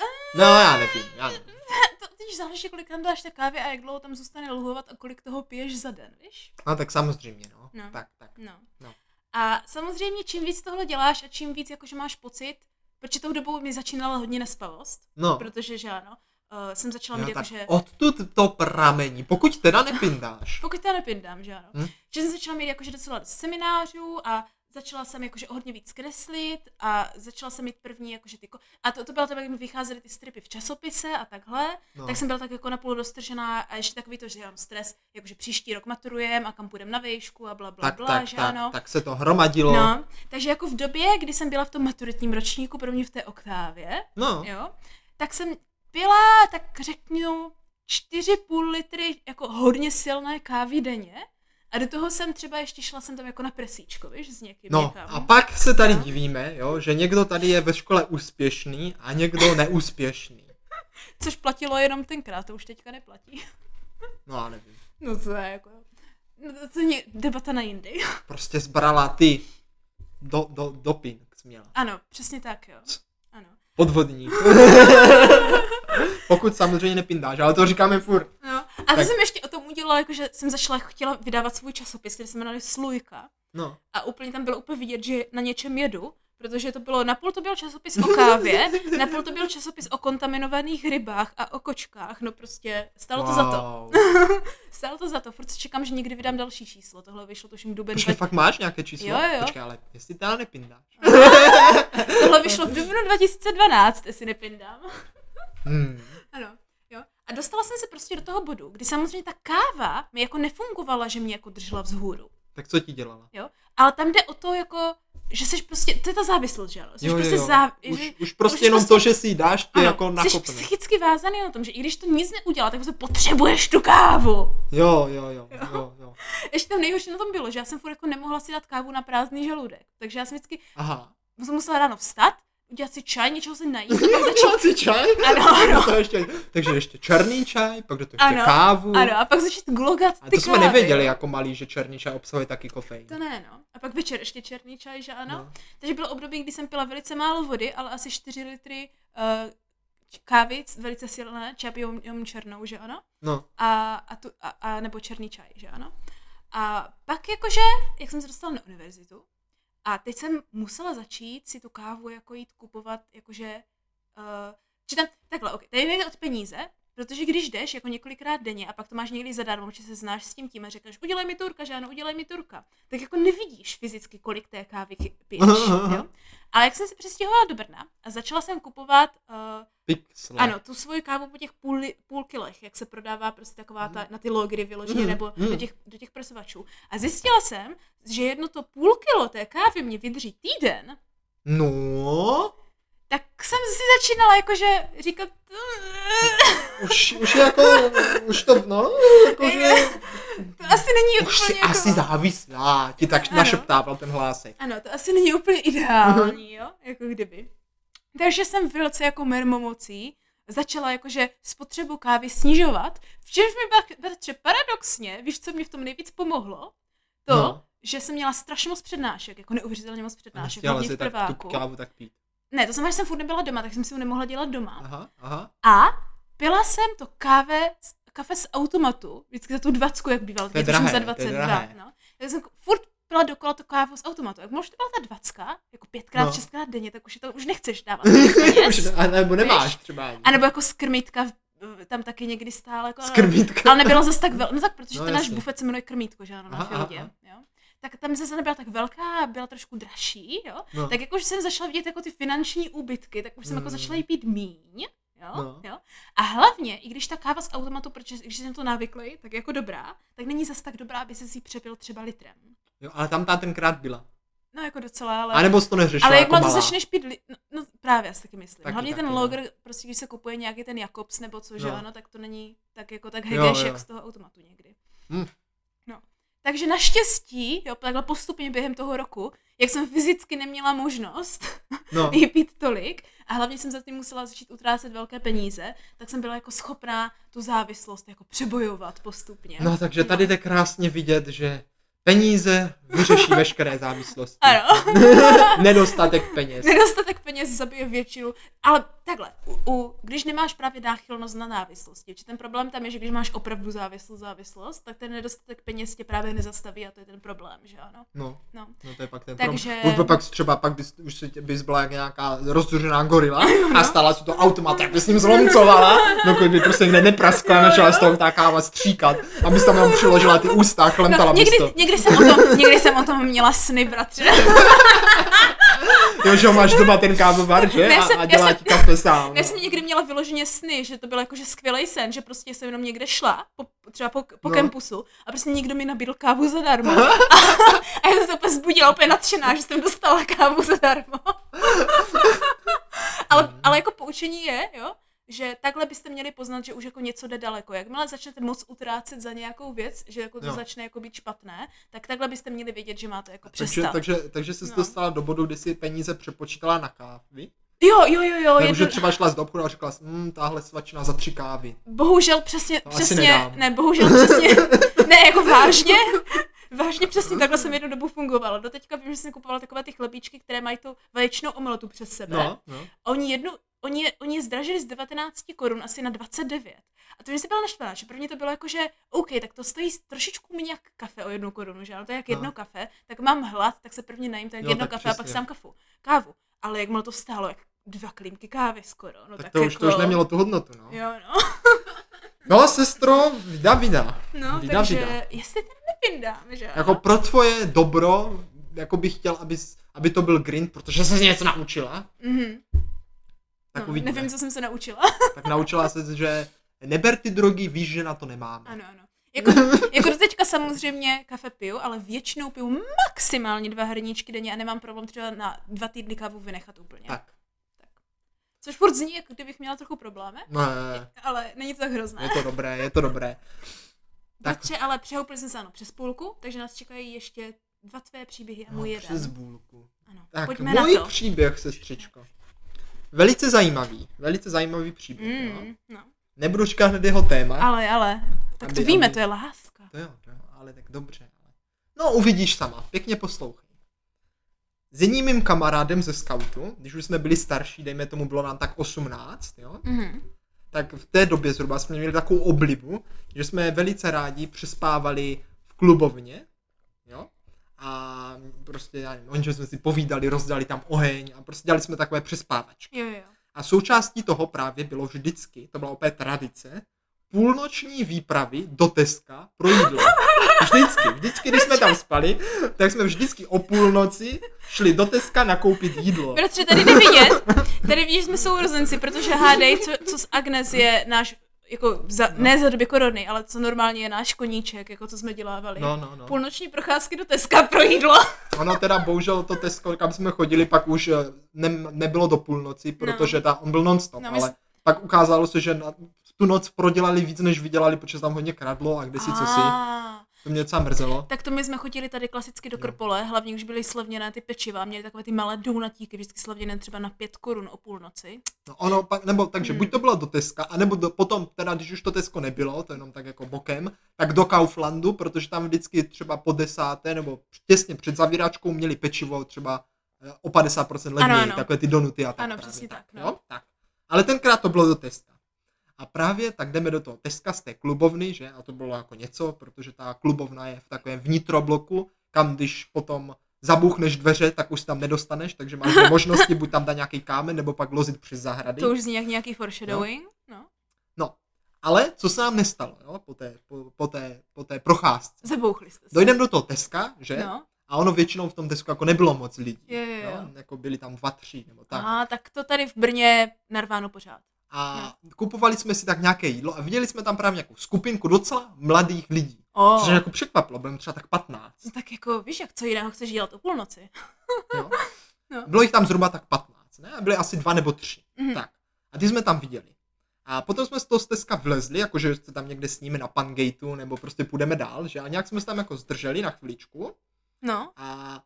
Eh,
No, já nevím, já nevím.
To totiž záleží, kolik tam dáš té kávy a jak dlouho tam zůstane lhovat a kolik toho piješ za den, víš?
No, tak samozřejmě, no.
No.
Tak, tak.
No.
No.
A samozřejmě čím víc tohle děláš a čím víc jakože máš pocit, protože tou dobou mi začínala hodně nespavost,
No,
protože že ano, uh, jsem začala mít
jo, tak
jakože...
odtud to pramení, pokud teda nepindáš.
Pokud to nepindám, že ano.
Hm.
Hmm? Že jsem začala mít jakože docela dost seminářů a začala jsem jakože o hodně víc kreslit a začala jsem mít první jakože ty... ko- A to, to bylo to, jak mi vycházely ty stripy v časopise a takhle.
No.
No. Tak jsem byla tak jako napůl dostržená a ještě takový to, že ano, stres, jakože příští rok maturujem a kam půjdem na výšku a bla, bla,
tak,
bla,
tak,
že ano.
tak, tak se to hromadilo.
No, takže jako v době, kdy jsem byla v tom maturitním ročníku, pro mě v té oktávě,
no.
jo, tak jsem pila, tak řeknu, čtyři půl litry jako hodně silné kávy denně. A do toho jsem třeba ještě šla jsem tam jako na presíčko, víš, s někým
No
někam.
a pak se tady
No.
divíme, jo, že někdo tady je ve škole úspěšný a někdo neúspěšný.
Což platilo jenom tenkrát, to už teďka neplatí.
No já nevím.
No to je jako... No to, to je debata na jindy.
Prostě zbrala ty do, do, doping směla.
Ano, přesně tak, jo. Ano.
Podvodník. Pokud samozřejmě nepindáš, ale to říkáme furt.
No, a to
Tak.
jsem ještě o tom udělala, jakože jsem začala, chtěla vydávat svůj časopis, který se jmenuje Slujka.
No.
a úplně tam bylo úplně vidět, že na něčem jedu, protože to bylo, napůl to byl časopis o kávě, napůl to byl časopis o kontaminovaných rybách a o kočkách, no prostě stalo to za to.
to.
Stalo to za to, furt si čekám, že někdy vydám další číslo, tohle vyšlo tuším duben,
Počkej,
dva...
fakt máš nějaké číslo?
Jo, jo.
Počkej, ale jestli teda nepindáš.
tohle vyšlo v dubnu 2012, jestli nepindám.
Hmm.
Ano, jo. A dostala jsem se prostě do toho bodu, kdy samozřejmě ta káva mi jako nefungovala, že mě jako držela vzhůru.
Tak co ti dělala?
Ale tam jde o to jako, že jsi prostě, to je ta závislost, že ano? Jsi prostě zá... že-
Už, už prostě
už
jenom
prostě-
to, že si ji dáš, ty
Ano,
jako
jsi prostě-
nakopne.
psychicky vázaný na tom, že i když to nic neudělá, tak prostě potřebuješ tu kávu.
Jo, jo, jo, jo, jo.
Ještě tam nejhorší na tom bylo, že já jsem furt jako nemohla si dát kávu na prázdný žaludek. Takže já jsem vždycky
Aha.
jsem musela ráno vstat, udělat si čaj, něčeho se najíst. a pak začít-
Začal si čaj?
Ano, ano.
To ještě, takže ještě černý čaj, pak do toho ještě
Ano,
kávu.
Ano, a pak začít glogat
A
ty
to jsme
kávy.
nevěděli jako malí, že černý čaj obsahuje taky kofein.
To ne, no. A pak večer ještě černý čaj, že ano.
No.
Takže bylo období, kdy jsem pila velice málo vody, ale asi 4 litry uh, kávy, c- velice silné, čaj piju jenom černou, že ano.
no.
a, a, tu, a, a nebo černý čaj, že ano. A pak jakože, jak jsem se dostala na univerzitu, a teď jsem musela začít si tu kávu jako jít kupovat, jakože, uh, že tam, takhle, okay, tady nejde od peníze, protože když jdeš jako několikrát denně a pak to máš někdy zadarmo, že se znáš s tím tím a řekneš, udělej mi turka, že ano, udělej mi turka, tak jako nevidíš fyzicky, kolik té kávy chy- piješ, jo? Ale jak jsem se přestěhovala do Brna a začala jsem kupovat uh,
Pixel.
ano, tu svoji kávu po těch půl, li- půl kilech, jak se prodává prostě taková
Mhm.
ta, na ty logry vyloženě,
Mm,
nebo
mm.
do těch, do těch presovačů. A zjistila jsem, že jedno to půl kilo té kávy mě vydrží týden,
No,
tak jsem si začínala jakože říkat... "Mm,
už, už jako, už to, no, jako, že,
To asi není
už
úplně
jsi
jako...
asi závislá, ti tak
Ano.
našeptával ten hlásek.
Ano, to asi není úplně ideální,
Mhm.
jo? Jako kdyby. Takže jsem velice jako mermomocí začala jakože spotřebu kávy snižovat, v čemž mi pak, bratře, paradoxně, víš, co mě v tom nejvíc pomohlo? To,
No.
no. že jsem měla strašně moc přednášek, jako neuvěřitelně moc přednášek,
Nechtěla
hlavně v
Prostě si tak tu
prváku.
kávu tak pít.
Ne, to znamená, že jsem furt nebyla doma, tak jsem si ho nemohla dělat doma.
Aha, aha.
A pila jsem to káve, kafe z automatu, vždycky za tu dvacku, jak bývalo,
To je
tak jsem
drahé,
za
to je
20,
drahé.
no. Tak jsem furt pila dokola to kávu z automatu. Jak možná to byla ta dvacka, jako pětkrát,
No.
no. šestkrát denně, tak už je to už nechceš dávat. tolik peněz.
Už, a nebo nemáš třeba ani.
A nebo jako skrmitka, v- tam taky někdy stále. Jako,
Z krmítka.
ale nebyla zase tak velká, no tak protože
No,
no, ten náš
jasně.
bufet se jmenuje Krmítko, že ano, na
Aha, aha,
Fieldě,
aha.
jo. Tak tam zase nebyla tak velká, byla trošku dražší, jo.
No.
Tak jakož jsem začala vidět jako ty finanční úbytky, tak už jsem jako
Mm.
začala jí pít míň, jo,
No.
jo. A hlavně, i když ta káva z automatu, protože když jsem to navyklý, tak je jako dobrá, tak není zase tak dobrá, aby se si přepil třeba litrem.
Jo, ale tam ta tenkrát byla.
No jako docela, ale...
A nebo jsi to neřešila
Ale jak
jako
jako to
malá.
začneš pít, li- no, no právě, já si taky myslím.
Taky,
Taky, Hlavně
taky,
ten
no.
logr, prostě když se kupuje nějaký ten Jakobs nebo co, že
No.
ano, tak to není tak jako tak
Jo,
hegeš,
jo.
jak z toho automatu někdy.
Hm.
No. Takže naštěstí, jo, takhle postupně během toho roku, jak jsem fyzicky neměla možnost
No,
jí pít tolik a hlavně jsem za tím musela začít utrácet velké peníze, tak jsem byla jako schopná tu závislost jako přebojovat postupně.
no, takže tady jde krásně vidět, že Peníze vyřeší veškeré závislosti.
Ano.
Nedostatek peněz.
Nedostatek peněz zabije většinu, ale takhle, u, u, když nemáš právě náchylnost na závislosti, či ten problém tam je, že když máš opravdu závislost, závislost, tak ten nedostatek peněz tě právě nezastaví a to je ten problém, že ano?
No,
No.
no to je pak ten
Takže-
problém. Už by pak třeba pak bys, už si tě- bys byla jak nějaká rozzuřená gorila a stala si to automat, tak by s ním zlomcovala, dokud by prostě někde nepraskla, začala s toho takáva stříkat, abys tam jenom přiložila ty ústa, chlemtala no,
No,
bys
někdy,
to.
někdy, jsem o tom, někdy jsem o tom měla sny, bratře.
Jo, že ho máš doma ten kávovar, že?
Ne,
A,
jsem-
a
já
dělá
jsem-
ti kafe sám. no.
Já jsem někdy měla vyloženě sny, že to byl jakože skvělý sen, že prostě jsem jenom někde šla, po, třeba po, po
No.
no. kampusu, a prostě někdo mi nabídl kávu zadarmo. A, a já jsem se úplně zbudila, úplně nadšená, že jsem dostala kávu zadarmo. ale, ale jako poučení je, jo, že takhle byste měli poznat, že už jako něco jde daleko. Jakmile začnete moc utrácet za nějakou věc, že jako to
Jo.
jo. začne jako být špatné, tak takhle byste měli vědět, že máte jako
Takže,
přestat.
takže, takže jsi no.
No.
dostala do bodu, kdy si peníze přepočítala na kávy.
Jo, jo, jo, jo.
Nebo že
jedno-
třeba šla z obchodu a řekla, mmm, tahle svačina za tři kávy.
Bohužel přesně,
To No, asi
přesně,
nedám.
ne, bohužel přesně, ne, jako vážně, vážně přesně takhle jsem jednu dobu fungovala. Doteďka vím, že jsem kupovala takové ty chlebíčky, které mají tu vaječnou omeletu přes sebe.
No, no.
A oni jednu, oni, je- oni je zdražili z 19 korun asi na 29. A to mě se byla naštvaná, že pro mě to bylo jako, že OK, tak to stojí trošičku méně jak kafe o jednu korunu, že ale to je jak
No.
jedno kafe, tak mám hlad, tak se první najím tak
Jo,
jedno
tak
kafe a pak
přesně.
sám kafu, kávu. Ale jakmile to stálo, jak dva klímky kávy skoro. No, tak,
Tak to už,
jako...
to už nemělo tu hodnotu, no.
Jo, no.
No, sestro, vida, vida.
No,
vida,
takže
vida.
jestli ten nevyndám, že ano?
Jako pro tvoje dobro, jako bych chtěl, aby, aby to byl grind, protože jsi se něco naučila.
Mhm.
Tak
No,
uvidíme.
nevím, co jsem se naučila.
Tak naučila se, že neber ty drogy, víš, že na to nemáme.
ano, ano. Jako, jako do teďka samozřejmě kafe piju, ale většinou piju maximálně dva hrníčky denně a nemám problém třeba na dva týdny kávu vynechat úplně.
Tak,
Což furt zní, jako kdybych měla trochu problémy,
no, ne, ne,
ale není to tak
ne,
hrozné.
je to dobré, je to dobré. tak-
Bratře, ale přehoupili jsme se ano přes půlku, takže nás čekají ještě dva tvé příběhy a můj
No, přes
jeden.
bůlku.
Ano,
Tak,
pojďme na
můj
to.
příběh, sestřičko. Velice zajímavý, velice zajímavý příběh. Mm. No.
Mm, no.
Nebudu říkat hned jeho téma.
Ale, ale, tak to
Aby-
víme,
aby-
to je láska.
To jo, to jo, ale tak dobře. Ale... No, uvidíš sama, pěkně poslouchej. S jedním mým kamarádem ze skautu, když už jsme byli starší, dejme tomu bylo nám tak 18, jo,
Mhm.
tak v té době zhruba jsme měli takovou oblibu, že jsme velice rádi přespávali v klubovně, jo, a prostě, já nevím, oni jsme si povídali, rozdali tam oheň a prostě dělali jsme takové přespávačky.
Jo, jo.
A součástí toho právě bylo vždycky, to byla opět tradice, půlnoční výpravy do Teska pro jídlo. Vždycky, vždycky, když jsme tam spali, tak jsme vždycky o půlnoci šli do Teska nakoupit jídlo.
Bratře, tady jde vidět, tady vidíš, jsme sourozenci, protože hádej, co, co s Agnes je náš, jako za,
No.
ne za doby korony, ale co normálně je náš koníček, jako co jsme dělávali.
No, no, no.
Půlnoční procházky do Teska pro jídlo.
Ono teda bohužel to Tesco, kam jsme chodili, pak už eh, ne, nebylo do půlnoci, protože ta, on byl non-stop,
No, my
ale pak ukázalo se, že na, tu noc prodělali víc, než vydělali, protože tam hodně kradlo a kde si co si.
Ah,
To mě docela mrzelo.
Tak to my jsme chodili tady klasicky do
Jo.
Krpole, hlavně už byly slavněné ty pečiva, měli takové ty malé dounatíky, vždycky slavněné třeba na pět korun o půlnoci.
No ono pak, nebo, takže
Hmm.
buď to bylo do Teska, anebo do, potom, teda když už to Tesko nebylo, to jenom tak jako bokem, tak do Kauflandu, protože tam vždycky třeba po desáté, nebo těsně před zavíračkou měli pečivo třeba eh, o 50% levněji,
Ano, ano.
takové ty donuty a tak.
Ano,
právě,
přesně tak, no.
Jo? tak. Ale tenkrát to bylo do Teska. A právě tak jdeme do toho Teska z té klubovny, že? A to bylo jako něco, protože ta klubovna je v takovém vnitrobloku, kam když potom zabuchneš dveře, tak už se tam nedostaneš, takže máš dvě možnosti, buď tam dát nějaký kámen, nebo pak lozit přes zahrady.
To už zní jak nějaký foreshadowing. No.
Ale co se nám nestalo, jo, po té, po, po té, po té procházce.
Zabouchli jste se.
Dojdeme do toho Teska, že? No.
No.
A ono většinou v tom Tesku jako nebylo moc lidí.
Jo, jo, jo.
Jo? Jako byli tam dva, tři nebo tak.
Aha, tak to tady v Brně narváno pořád.
A kupovali jsme si tak nějaké jídlo a viděli jsme tam právě nějakou skupinku docela mladých lidí.
Oh.
Což mě jako překvapilo, bylo jim třeba tak 15.
No tak jako, víš, jak co jiného chceš dělat o půlnoci?
Jo?
No.
Bylo jich tam zhruba tak 15, ne? A byly asi dva nebo tři.
Mhm.
Tak. A ty jsme tam viděli. A potom jsme z toho stezka vlezli, jakože se tam někde s nimi na Pangateu, nebo prostě půjdeme dál, že? A nějak jsme se tam jako zdrželi na chviličku.
No.
a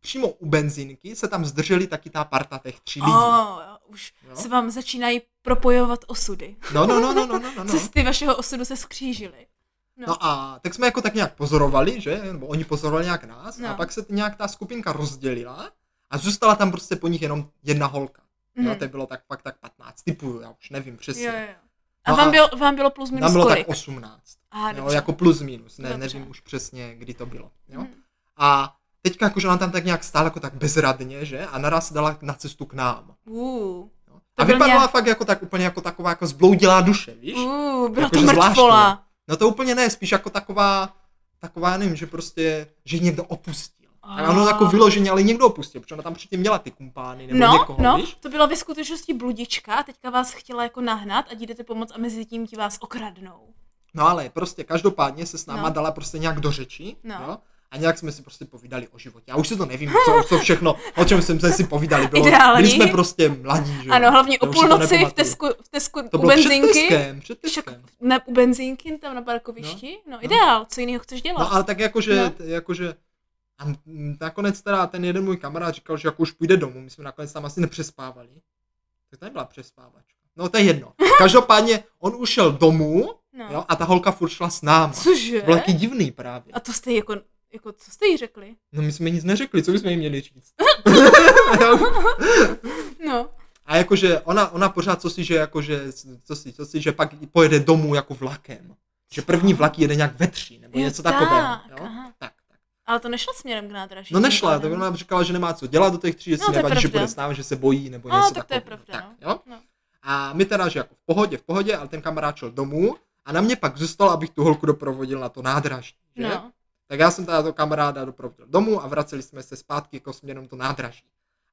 přímo u benzinky se tam zdrželi taky ta parta těch tří lidí.
Oh, už
Jo?
no. se vám začínají propojovat osudy.
No, no, no, no, no, no, no.
Cesty vašeho osudu se skřížily.
No.
No.
a tak jsme jako tak nějak pozorovali, že? Nebo oni pozorovali nějak nás no.
No.
a pak se t- nějak ta skupinka rozdělila a zůstala tam prostě po nich jenom jedna holka. Mm.
Mhm.
Jo, to bylo tak fakt tak 15 typů, já už nevím přesně.
jo,
Jo,
jo.
jo.
jo. A
No a
vám, byl, vám bylo plus minus
Tam bylo
kolik?
tak 18.
Aha,
Jo,
dobře.
jako plus minus, ne,
Dobře.
nevím už přesně, kdy to bylo. Jo?
Mhm.
A teďka jakože ona tam tak nějak stála jako tak bezradně, že? A naraz dala na cestu k nám.
Uh,
Jo?
To
A
byl
vypadala
nějak-
fakt jako tak úplně jako taková jako zbloudilá duše, víš? Jako,
uh, byla
Jakože
to mrtvola.
No to úplně ne, spíš jako taková, taková, já nevím, že prostě, že ji někdo opustil. A ono
A.
jako vyloženě, ale někdo opustil, protože ona tam předtím měla ty kumpány nebo
No,
někoho,
no,
víš?
to byla ve skutečnosti bludička a teďka vás chtěla jako nahnat a jdete pomoct a mezi tím ti vás okradnou.
No ale prostě každopádně se s náma
No.
dala prostě nějak do řeči,
No.
jo? A nějak jsme si prostě povídali o životě. Já už si to nevím, co, co všechno, o čem jsme si povídali. Bylo,
Ideální.
byli jsme prostě mladí, že jo?
Ano, hlavně
Já
o
už si to
půlnoci v
nepamatuju.
Tesku, v tesku
To
u
bylo před
benzinky.
Teskem, před
Však
Teskem.
na, u benzinky tam na parkovišti. No, ideál, co jiného chceš dělat?
No ale tak jakože,
No.
no. jakože a m- nakonec teda ten jeden můj kamarád říkal, že jako už půjde domů, my jsme nakonec tam asi nepřespávali. Tak to nebyla přespávačka. No to je jedno. Každopádně on ušel domů
no.
jo, a ta holka furt šla s náma.
Cože?
To bylo taky divný právě.
A to jste jí jako, jako, co jste jí řekli?
No my jsme nic neřekli, co bychom jí měli říct.
No,
a jakože ona, ona pořád co si, že jakože, co si, co si, že pak pojede domů jako vlakem. Že první vlak jede nějak ve tři, nebo
Jo,
něco
tak,
takového. Jo?
aha.
Tak, tak.
ale to nešlo směrem k nádraží.
No nešla,
tím
tak
pádem.
ona nám říkala, že nemá co dělat do těch tří, jestli
No,
no,
to je
nevadí, že
pravda.
bude s námi, že se bojí nebo
A,
něco
tak to je pravda,
Tak,
no.
jo?
No.
A my teda, že jako v pohodě, v pohodě, ale ten kamarád šel domů a na mě pak zůstal, abych tu holku doprovodil na to nádraží. Že?
No.
Tak já jsem teda to kamaráda doprovodil domů a vraceli jsme se zpátky jako směrem to nádraží.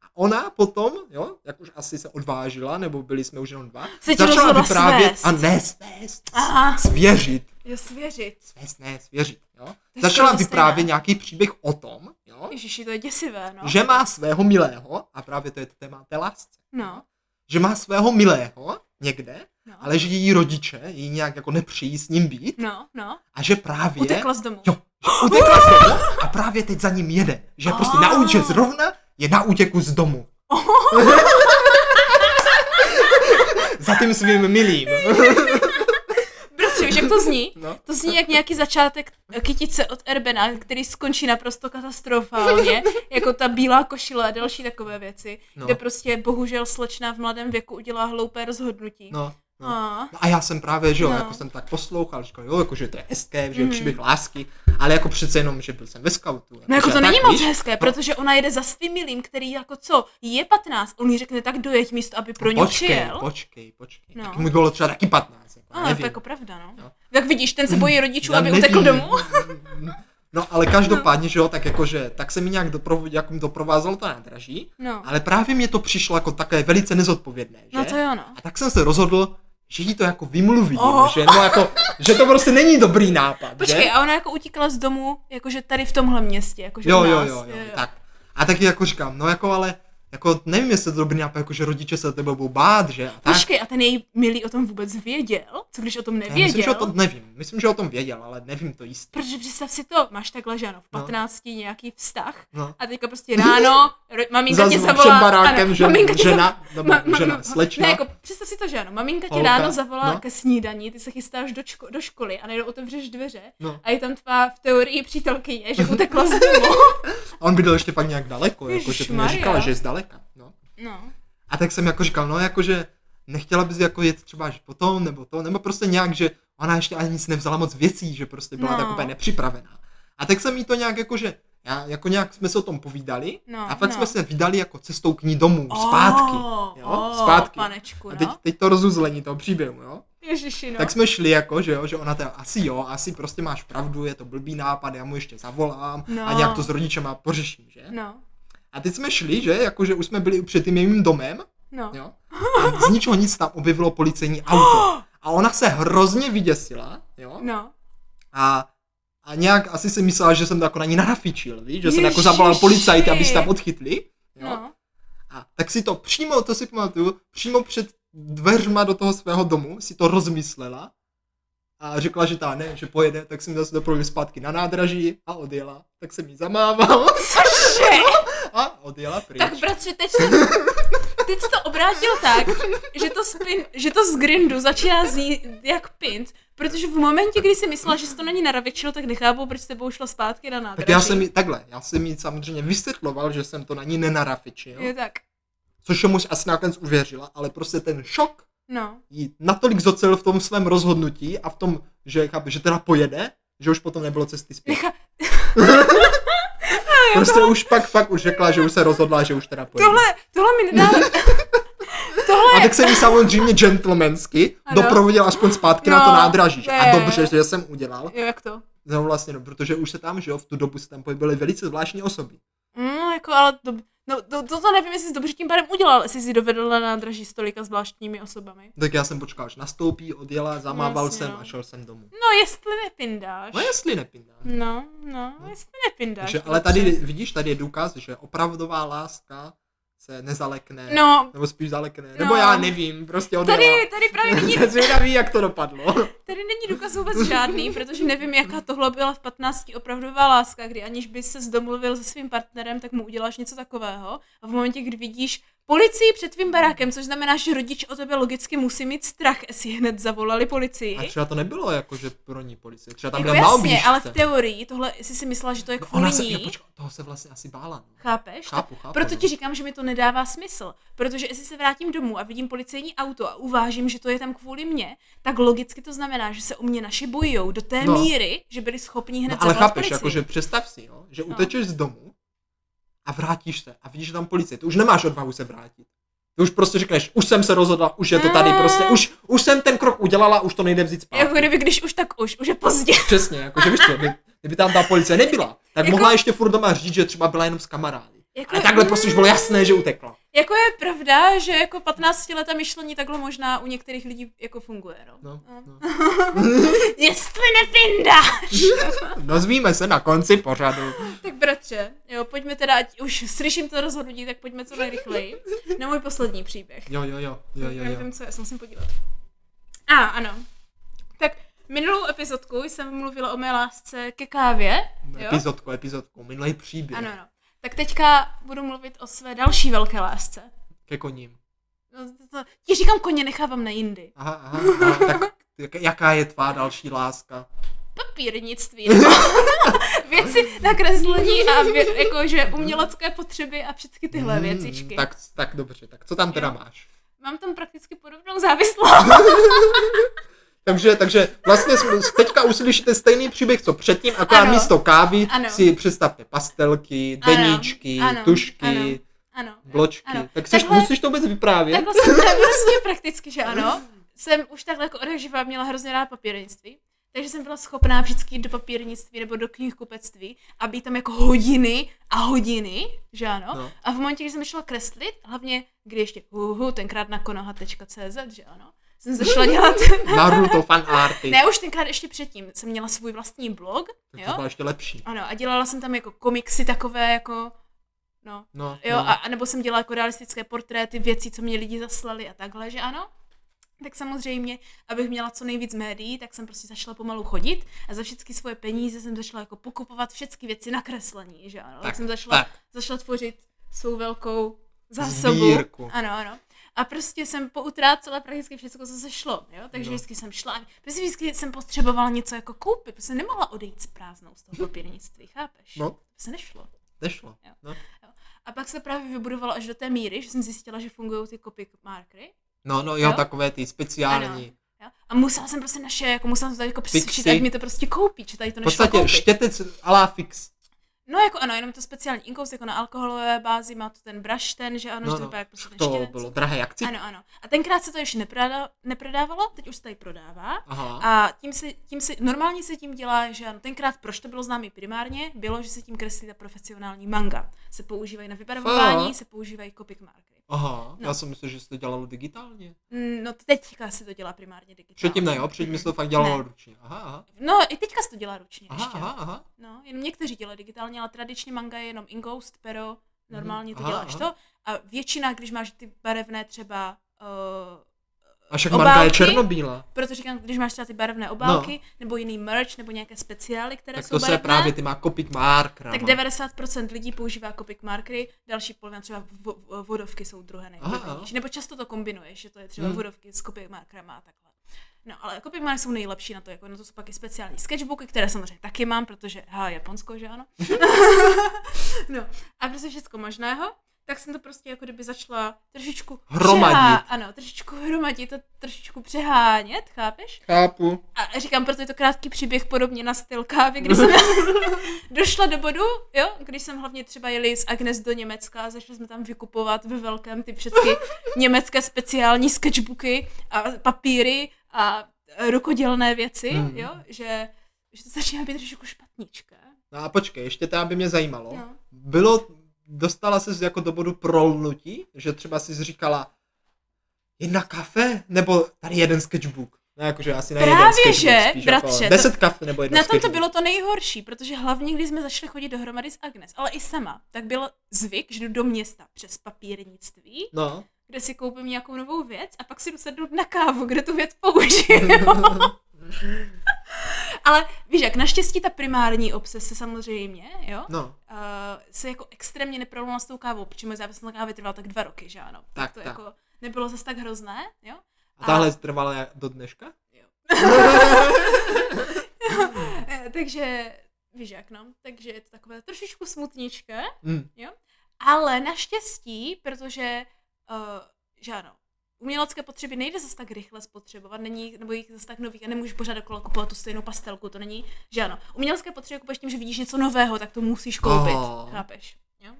A ona potom, jo, jak už asi se odvážila, nebo byli jsme už jenom dva,
Se ti
začala
rozhodla
vyprávět
svést.
a ne svést,
Aha.
svěřit
Jo, svěřit.
svést, ne, svěřit, jo.
je
Začala
skoro to
vyprávět
stejné.
nějaký příběh o tom, jo,
Ježiši, to je děsivé, no.
že má svého milého, a právě to je téma té lásce,
No,
že má svého milého někde,
no.
ale že její rodiče ji nějak jako nepřijí s ním být
No, no.
a že právě...
Utekla z domu.
Jo, že utekla z domu a právě teď za ním jede. Že prostě
Ah.
na úče zrovna je na útěku z domu. za tím svým milým.
Bratře, víš, jak to zní?
No.
To zní jak nějaký začátek kytice od Erbena, který skončí naprosto katastrofálně, jako ta bílá košile a další takové věci,
No.
no. kde prostě bohužel slečna v mladém věku udělá hloupé rozhodnutí.
No, no.
A,
No a já jsem právě, že jo, no.
No.
jako jsem tak poslouchal, říkal, jo, jako, že to je hezké, že je
Mhm.
příběh lásky, ale jako přece jenom, že byl jsem ve skautu.
no jako
že
to
tak,
není moc
víš?
hezké, protože ona jede za svým milým, který jako co, jí je 15, on jí řekne tak dojeď místo, aby pro ní
Počkej,
přijel.
počkej, počkej. No.
No.
Tak mu bylo třeba taky 15. Jako,
A, to
nevím.
je jako pravda, no.
No.
Jak vidíš, ten se bojí rodičů,
Já
aby
nevím.
utekl domů.
No ale každopádně, že jo, tak jakože, tak se mi nějak doprovodil, jako mi doprovázelo to nádraží,
No,
ale právě mě to přišlo jako takové velice nezodpovědné, že?
no to jo, no.
A tak jsem se rozhodl, že jí to jako vymluví,
Oh.
že, no, jako, že to prostě není dobrý nápad, že?
Počkej, a ona jako utíkala z domu, jakože tady v tomhle městě, jakože u
Jo,
nás.
jo, jo, jo, tak. A taky jako říkám, no jako ale, jako nevím, jestli to dobrý nápad, jako že rodiče se tebe budou bát, že? A tak.
Počkej, a ten její milý o tom vůbec věděl? Co když o tom
Já
nevěděl?
Myslím, že o tom nevím. Myslím, že o tom věděl, ale nevím to jistě.
Protože představ si to, máš takhle, že ano, v
No.
15 no. nějaký vztah
No.
a teďka prostě ráno, ro- maminka
Zas
tě
před
zavolá.
barákem,
ano,
že
maminka tě
žena,
zav-
nebo žena, slečna.
Ne, jako představ si to, že ano, maminka tě
Holka,
ráno zavolá
no.
ke snídani, ty se chystáš do, čko- do školy a najednou otevřeš dveře
No.
a je tam tvá v teorii přítelkyně, že utekla z domu.
A on bydlel ještě fakt nějak daleko, jako, že to mě
Ježišmarja.
říkala, že je zdaleka. No.
No.
A tak jsem jako říkal, no jakože nechtěla bys jako jet třeba až potom, nebo to, nebo prostě nějak, že ona ještě ani nic nevzala moc věcí, že prostě byla
No.
tak úplně nepřipravená. A tak jsem jí to nějak jakože, já, jako nějak jsme se o tom povídali
No,
a pak
no.
jsme se vydali jako cestou k ní domů, zpátky. Jo?
oh,
zpátky.
Panečku,
A teď,
no.
teď to rozuzlení toho příběhu, jo?
Ježiši, no.
Tak jsme šli jako, že jo, že ona teda asi jo, asi prostě máš pravdu, je to blbý nápad, já mu ještě zavolám no. a
No.
nějak to s rodičema pořeším, že?
No,
A teď jsme šli, že, jakože už jsme byli před tím jejím domem,
no.
jo, a z ničeho nic tam objevilo policejní auto. A ona se hrozně vyděsila, jo,
No.
a, a nějak asi si myslela, že jsem to jako na ní narafičil, víš, že jsem jako
Ježiši.
zavolal policajt, aby se tam odchytli, jo.
No.
A tak si to přímo, to si pamatuju, přímo před dveřma do toho svého domu si to rozmyslela a řekla, že ta ne, že pojede, tak jsem ji zase doprovodil zpátky na nádraží a odjela. Tak jsem jí zamával
Cože?
a odjela pryč.
Tak bratře, teď to, teď to obrátil tak, že to, spin, že to z grindu začíná znít jak pint, Protože v momentě, kdy si myslela, že se to na ní naravečilo, tak nechápu, proč s tebou šla zpátky na nádraží.
Tak já jsem jí, takhle, já jsem jí samozřejmě vysvětloval, že jsem to na ní nenarafičil,
Jo, tak.
což mu asi nakonec uvěřila, ale prostě ten šok
No.
jí natolik zocelil v tom svém rozhodnutí a v tom, že, chápe, že teda pojede, že už potom nebylo cesty zpět.
Nechá...
Prostě už pak fakt už řekla, že už se rozhodla, že už teda pojede.
Tohle, tohle mi nedá.
A tak jsem ji samozřejmě gentlemansky
Ano.
doprovodil aspoň zpátky na to
No,
nádraží. že?
to
A
je-
dobře, že jsem udělal.
jo, jak to?
No vlastně, no, protože už se tam, že jo, v tu dobu se tam pohybovaly velice zvláštní osoby.
Mm, jako, ale to, no, to, to, to nevím, jestli jsi dobře tím pádem udělal, jestli jsi dovedl na nádraží s tolika zvláštními osobami.
Tak já jsem počkal, až nastoupí, odjela, zamával
Jasně,
jsem
no.
a šel jsem domů.
No, jestli nepindáš.
No jestli nepindám.
No, no, jestli nepindáš.
Že, ale
chlapče.
tady, vidíš, tady je důkaz, že opravdová láska se nezalekne.
No,
Nebo spíš zalekne.
No.
Nebo já nevím, prostě odjela.
tady, tady právě není,
Jsem zvědavý, jak to dopadlo.
tady není důkaz vůbec žádný, protože nevím, jaká tohle byla v 15. opravdová láska, kdy aniž by se zdomluvil se svým partnerem, tak mu uděláš něco takového. A v momentě, kdy vidíš policii před tvým barákem, což znamená, že rodič o tebe logicky musí mít strach, jestli hned zavolali policii.
A třeba to nebylo jako, že pro ní policie. Třeba tam
Jako
byla na
jasně,
oblížce.
ale v teorii tohle jsi si myslela, že to je
No
kvůli
Ona se,
ní.
jo, počkej, toho se vlastně asi bála. No.
Chápeš?
Chápu, chápu.
Proto
no.
ti říkám, že mi to nedává smysl. Protože jestli se vrátím domů a vidím policejní auto a uvážím, že to je tam kvůli mně, tak logicky to znamená, že se o mě naši bojujou do té
No.
míry, že byli schopni hned
No, ale
zavolat
chápeš,
policii.
jakože představ si, jo, že
No.
utečeš z domu a vrátíš se a vidíš, že tam policie. Ty už nemáš odvahu se vrátit. Ty už prostě řekneš, už jsem se rozhodla, už je to tady, prostě, už, už jsem ten krok udělala, už to nejde vzít zpátky.
No. Jako kdyby, když už, tak už, už je pozdě.
Přesně, jakože víš co, kdy- kdyby tam ta policie nebyla, tak
Jako-
mohla ještě furt doma říct, že třeba byla jenom s kamarády.
Jako,
Ale takhle prostě už bylo jasné, že utekla.
Jako je pravda, že jako 15 letá myšlení takhle možná u některých lidí jako funguje, no.
No, no.
Jestli nepindáš!
Dozvíme No, se na konci pořadu.
tak bratře, jo, pojďme teda, ať už slyším to rozhodnutí, tak pojďme co nejrychleji na můj poslední příběh.
Jo, jo, jo, jo, jo, jo.
Nevím, co je, já se musím podívat. A, ano. Tak minulou epizodku jsem mluvila o mé lásce ke kávě.
No,
Jo?
Epizodku, epizodku, minulý příběh
Ano, ano. Tak teďka budu mluvit o své další velké lásce.
ke koním.
No, to, to, ti říkám koně, nechávám na jindy.
Aha, aha, aha tak jak- jaká je tvá další láska?
Papírnictví. nebo věci na kreslení a vě, jakože umělecké potřeby a všechny tyhle
Mm,
věcičky.
Tak, tak dobře, tak co tam teda máš?
Mám tam prakticky podobnou závislost.
Takže, takže vlastně s- teďka uslyšíte stejný příběh, co předtím, akorát
Ano.
místo kávy
Ano.
si představte pastelky,
Ano.
deníčky,
Ano.
tušky,
Ano. Ano.
bločky.
Ano.
Tak chceš,
Takhle-
musíš to vůbec vyprávět?
Takhle jsem to prostě prakticky, že ano. Jsem už takhle jako odeživa měla hrozně rád papírnictví. Takže jsem byla schopná vždycky jít do papírnictví nebo do knihkupectví a být tam jako hodiny a hodiny, že ano.
No.
No. A v momentě, kdy jsem šla kreslit, hlavně kdy ještě huhu, tenkrát na konoha.cz, že ano, jsem začala dělat...
Naruto fan arty.
ne, už tenkrát ještě předtím jsem měla svůj vlastní blog,
Tak to
jo.
bylo ještě lepší.
Ano, a dělala jsem tam jako komiksy takové, jako... No,
No,
Jo,
no.
a, a nebo jsem dělala jako realistické portréty, věcí, co mě lidi zaslali a takhle, že ano? Tak samozřejmě, abych měla co nejvíc médií, tak jsem prostě začala pomalu chodit a za všechny svoje peníze jsem začala jako pokupovat všechny věci na kreslení, že ano? Tak,
Tak,
tak jsem začala,
tak.
začala tvořit svou velkou zásobu.
Sbírku.
Ano, ano. A prostě jsem poutrácela prakticky všechno, co se šlo, jo? Takže
Jo.
no. vždycky jsem šla, prostě vždycky jsem potřebovala něco jako koupit, protože jsem nemohla odejít s prázdnou z toho papírnictví, chápeš?
No.
To se nešlo.
Nešlo.
Jo.
No.
A pak se právě vybudovalo až do té míry, že jsem zjistila, že fungují ty copy markery.
no, no, jo,
Jo?
takové ty speciální.
Jo? A musela jsem prostě naše, jako musela jsem to tady jako
Fixy.
přesvědčit, ať mi to prostě koupí, že tady to
V
nešlo
podstatě
koupit.
štětec a la fix.
No jako ano, jenom to speciální inkous, jako na alkoholové bázi, má to ten brush ten, že ano,
No,
že to
no,
vypadá jak prostě ten
To
štětec.
bylo drahé jak cip.
Ano, ano. A tenkrát se to ještě neproda- neprodávalo, teď už se tady prodává.
Aha.
A tím se, tím se, normálně se tím dělá, že ano, tenkrát, proč to bylo známé primárně, bylo, že se tím kreslí ta profesionální manga. Se používají na vybarvování,
Fakt?
se používají copy markery.
Aha,
No.
já jsem myslel, že se to dělalo digitálně.
Mm, No teďka se to dělá primárně digitálně.
Předtím ne, jo, předtím se to fakt dělalo
Ne.
ručně. Aha, aha.
No i teďka se to dělá ručně
Aha,
ještě.
aha, aha.
No, jenom někteří dělají digitálně, ale tradičně manga je jenom ingoust, pero normálně to
Mhm. Aha,
děláš
aha.
to. A většina, když máš ty barevné třeba, uh,
A však
Obálky?
Marta je černobílá.
proto říkám, když máš třeba ty barevné obálky, no. nebo jiný merch, nebo nějaké speciály, které
Tak
jsou
to se
barevné,
právě, ty má kopik Mark.
tak 90% lidí používá Copic markery, další polovina třeba vo, vo- vodovky jsou druhé nejvlivnější. Nebo často to kombinuješ, že to je třeba
Hmm.
vodovky s Copic markerama a takhle. No, ale jako pigmány jsou nejlepší na to, jako na to jsou pak i speciální sketchbooky, které samozřejmě taky mám, protože, ha, Japonsko, že ano. no, a prostě všecko možného, tak jsem to prostě jako kdyby začala trošičku
Hromadit.
přehá- ano, trošičku hromadit, to trošičku přehánět, chápeš?
Chápu.
A říkám, proto je to krátký příběh podobně na styl kávy, kdy jsem došla do bodu, jo, když jsem hlavně třeba jeli s Agnes do Německa a začali jsme tam vykupovat ve velkém ty všechny německé speciální sketchbooky a papíry a rukodělné věci,
Hmm.
jo, že, že to začíná být trošku špatnička.
No a počkej, ještě tam by mě zajímalo.
No.
Bylo, dostala jsi jako do bodu prolnutí, že třeba jsi říkala jedna kafe, nebo tady jeden sketchbook. No jakože asi na jeden
Právě
sketchbook
že,
spíš
bratře,
jako
to-
deset kafe nebo jeden
Na tom to
sketchbook.
bylo to nejhorší, protože hlavně, když jsme začali chodit dohromady s Agnes, ale i sama, tak byl zvyk, že jdu do města přes papírnictví
No.
kde si koupím nějakou novou věc a pak si jdu sednout na kávu, kde tu věc použiju. Ale víš jak, naštěstí ta primární obsese samozřejmě, jo, uh,
no.
se jako extrémně neprolomila s tou kávou, protože moje závislost na kávě trvala tak dva roky, že ano.
Tak,
to
tak.
jako nebylo zase tak hrozné, jo.
A tahle trvala jak- do dneška?
Eh, takže, víš jak, no, takže je to takové trošičku smutnička,
Mm.
ale naštěstí, protože, uh, že ano, umělecké potřeby nejde zase tak rychle spotřebovat, není, nebo jich zase tak nových a nemůžeš pořád dokola kupovat tu stejnou pastelku, to není, že ano. Umělecké potřeby kupuješ tím, že vidíš něco nového, tak to musíš koupit,
Oh.
oh. chápeš? Jo?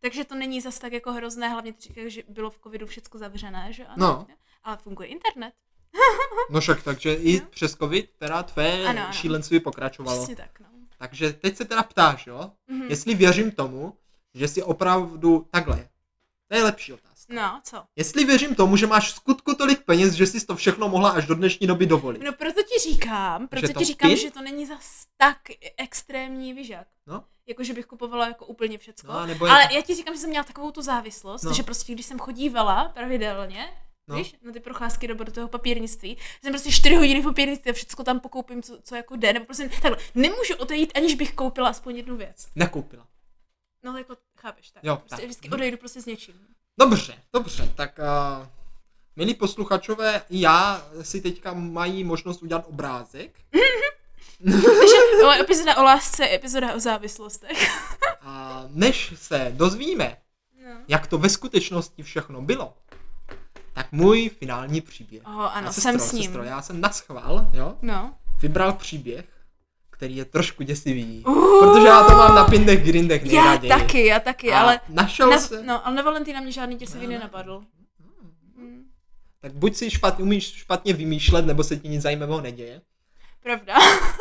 Takže to není zase tak jako hrozné, hlavně ty říkáš, že bylo v covidu všechno zavřené, že ano?
No.
Ale funguje internet,
No však, takže i
No.
přes covid teda tvé
Ano, ano.
šílenství pokračovalo.
přesně tak, no.
Takže teď se teda ptáš, jo?
Mhm.
Jestli věřím tomu, že si opravdu takhle. To je lepší otázka.
No, co?
Jestli věřím tomu, že máš v skutku tolik peněz, že jsi to všechno mohla až do dnešní doby dovolit.
No proto ti říkám, proto
to
ti říkám,
pin?
že to není zas tak extrémní, víš jak.
No.
Jako, že bych kupovala jako úplně všecko.
No, nebo je...
Ale já ti říkám, že jsem měla takovou tu závislost,
No.
no. že prostě když jsem chodívala pravidelně,
No.
no. víš, na ty procházky do do toho papírnictví, jsem prostě 4 hodiny v papírnictví a všechno tam pokoupím, co, co jako jde, nebo prostě takhle, nemůžu odejít, aniž bych koupila aspoň jednu věc.
Nekoupila.
No jako, chápeš, tak.
Jo,
prostě
tak.
vždycky
Mhm.
odejdu prostě s něčím.
Dobře, dobře, tak uh, milí posluchačové, i já si teďka mají možnost udělat obrázek.
Takže ale epizoda o lásce, epizoda o závislostech.
A než se dozvíme,
No.
jak to ve skutečnosti všechno bylo, tak můj finální příběh.
Oh, ano,
A
jsem s ním.
Sestro, já jsem naschvál, jo,
No.
vybral příběh, který je trošku děsivý.
Uh,
Protože já to mám na pindech grindech
Já
nejraději.
taky, já taky,
A
ale...
Našel
Na,
se... No,
no, ale na Valentína mě žádný těsivý
Ne, ne.
nenapadl. Mm.
Tak buď si špatně, umíš špatně vymýšlet, nebo se ti nic zajímavého neděje.
Pravda.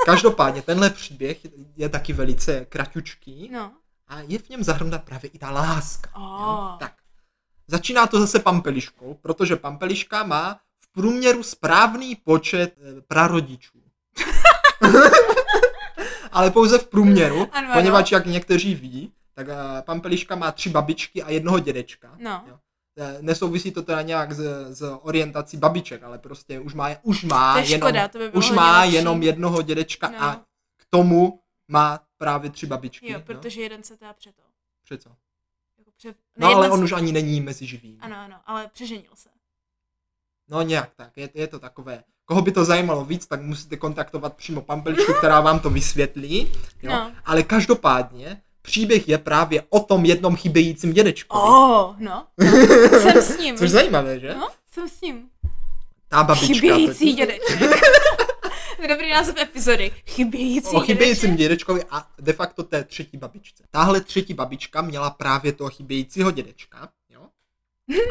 Každopádně tenhle příběh je- je taky velice kratučký
No.
a je v něm zahrnuta právě i ta láska. jo.
Oh.
Tak. Začíná to zase pampeliškou, protože pampeliška má v průměru správný počet eh, prarodičů. Ale pouze v průměru,
Ano, ano.
poněvadž jak někteří ví, tak eh, pampeliška má tři babičky a jednoho dědečka.
No.
Jo. Eh, Nesouvisí to teda nějak s, s orientací babiček, ale prostě už má, už má
To je
jenom
škoda, to by bylo
už
hodně
má
lepší.
jenom jednoho dědečka
No.
a no. k tomu má právě tři babičky.
Jo, protože jeden se teda přeto.
Přeco. No,
Jako pře... ne,
no
jeden
ale
se-
on už ani není mezi živými.
Ano, ano, ale přeženil se.
No nějak tak, je, je to takové. Koho by to zajímalo víc, tak musíte kontaktovat přímo Pampeličku, která vám to vysvětlí. Jo?
No.
Ale každopádně příběh je právě o tom jednom chybějícím dědečkovi.
Oh, no. Jsem s ním.
Což zajímavé, že?
No, jsem s ním.
Ta babička.
Chybějící dědeček. To je Dobrý název epizody. Chybějící
O chybějícím
dědeček.
dědečkovi a de facto té třetí babičce. Tahle třetí babička měla právě toho chybějícího dědečka. Jo?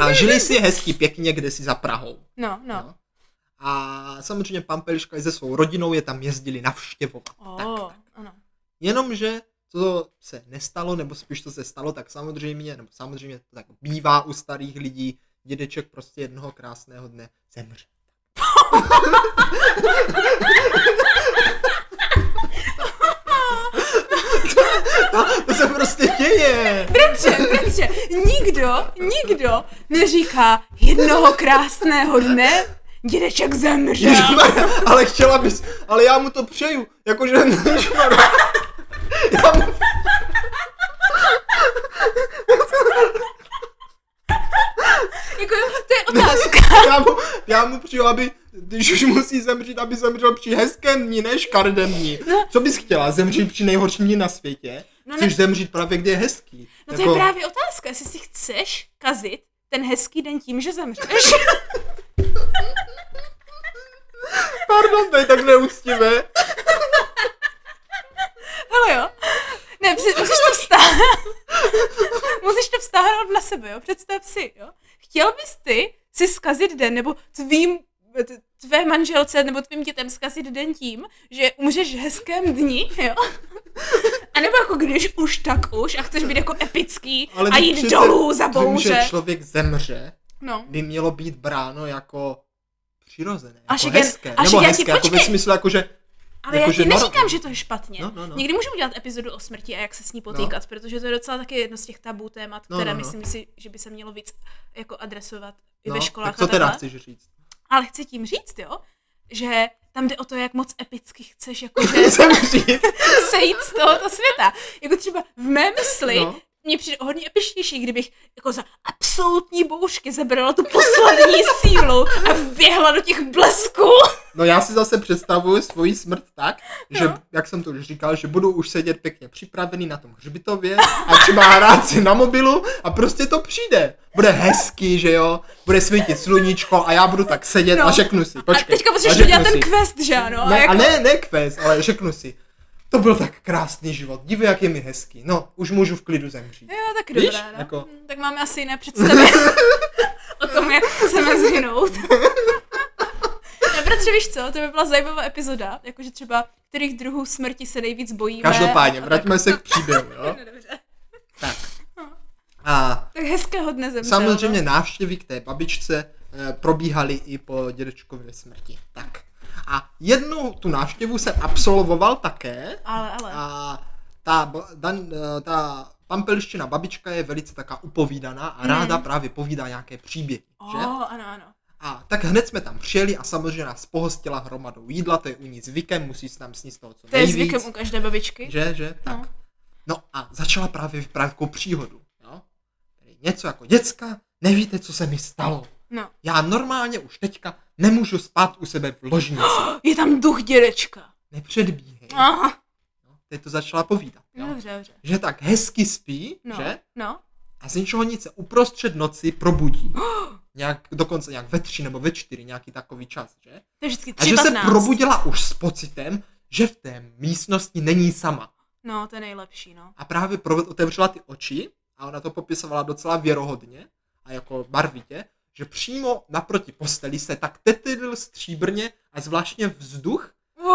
A žili si hezky pěkně kde si za Prahou.
No, no.
Jo? A samozřejmě Pampeliška i se svou rodinou je tam jezdili navštěvovat.
Oh, ano.
Jenomže to se nestalo, nebo spíš to se stalo, tak samozřejmě, nebo samozřejmě to tak bývá u starých lidí, dědeček prostě jednoho krásného dne zemře. to, to se prostě děje.
Bratře, bratře, nikdo, nikdo neříká jednoho krásného dne dědeček zemřel.
Ježišmarja, ale chtěla bys, ale já mu to přeju, jakože Ježišmarja. já mu...
Jako, to je otázka. Jako
já mu, já mu přijel, aby Když už musí zemřít, aby zemřel při hezkém dní, ne škaredém dní. Co bys chtěla? Zemřít při nejhorším dní na světě?
No, ne,
Chceš zemřít právě, kde je hezký. Jako-
no to je právě otázka, jestli si chceš kazit ten hezký den tím, že zemřeš.
Pardon, to je tak neúctivé.
Hele jo. Ne, při- musíš to vstáhnout. musíš to vstáhnout na sebe, jo. Představ si, jo. Chtěl bys ty si zkazit den, nebo tvým t- tvé manželce nebo tvým dětem zkazit den tím, že umřeš v hezkém dni, jo? A nebo jako když už, tak už a chceš být jako epický Ale a
ty
jít
přece
dolů za
tím, že
bouře.
člověk zemře,
No.
by mělo být bráno jako přirozené, jako
Až jen-
hezké.
až
nebo
jen ti-
hezké, jako ve
počkej.
smyslu, jako že
Ale
Jako,
jako,
že
já ti
norm-
neříkám, že to je špatně.
No, no, no.
Někdy můžeme udělat epizodu o smrti a jak se s ní potýkat, protože to je docela taky jedno z těch tabů témat,
No,
které
no, no.
myslím si, že by se mělo víc jako adresovat i
no,
ve školách.
tak co
a
teda
takhle.
chceš říct?
Ale chci tím říct, jo, že tam jde o to, jak moc epicky chceš jakože
Zemřít.
sejít z tohoto světa. Jako třeba v mé mysli
No.
no. mě přijde hodně epičtější, kdybych jako za absolutní bouřky zabrala tu poslední sílu a vběhla do těch blesků.
No já si zase představuju svoji smrt tak, že,
No.
jak jsem to už říkal, že budu už sedět pěkně připravený na tom hřbitově a třeba hrát si na mobilu a prostě to přijde. Bude hezký, že jo, bude svítit sluníčko a já budu tak sedět no.
No.
a řeknu si, počkej.
a teďka
a
potřebuješ
řeknu
udělat ten
si,
quest, že ano?
Ne,
jako...
a ne, ne quest, ale řeknu si, to byl tak krásný život, dívej, jak je mi hezký, no, už můžu v klidu zemřít.
Jo, tak
Víš,
dobrá, no.
jako-
Hm, Tak máme asi jiné představy o tom, jak chceme zhynout. ne, protože víš co, to by byla zajímavá epizoda, jakože třeba kterých druhů smrti se nejvíc bojíme.
Každopádně,
a
vraťme se k příběhu, jo.
tak. No, dobře.
A
Tak hezkého dne zemřel. no.
Samozřejmě návštěvy k té babičce eh, probíhaly i po dědečkově smrti. Tak. A jednu tu návštěvu jsem absolvoval také.
No. Ale, ale.
A ta, b- dan, eh, ta pampelština babička je velice taká upovídaná a ráda právě povídá nějaké příběhy.
Mhm. O,
Že?
ano, ano.
A tak hned jsme tam přijeli a samozřejmě nás pohostila hromadou jídla, to je u ní zvykem, musí se tam sníst toho co
To je
nejvíc.
zvykem u každé babičky.
Že, že, tak. No.
No.
no a začala právě vyprávět takovou příhodu. Jo? Tedy něco jako děcka, nevíte, co se mi stalo.
No.
Já normálně už teďka nemůžu spát u sebe v ložnici.
Je tam duch dědečka.
Nepředbíhej.
Aha.
No, teď to začala povídat.
No,
Jo?
dobře, dobře.
Že tak hezky spí,
No,
že?
no.
A z ničeho nic se uprostřed noci probudí. Nějak, dokonce nějak ve tři nebo ve čtyři, nějaký takový čas, že?
To je vždycky
A že se
3.15.
probudila už s pocitem, že v té místnosti není sama.
No, to je nejlepší, no.
A právě pro, otevřela ty oči a ona to popisovala docela věrohodně a jako barvitě, že přímo naproti posteli se tak tetydl stříbrně a zvláštně vzduch,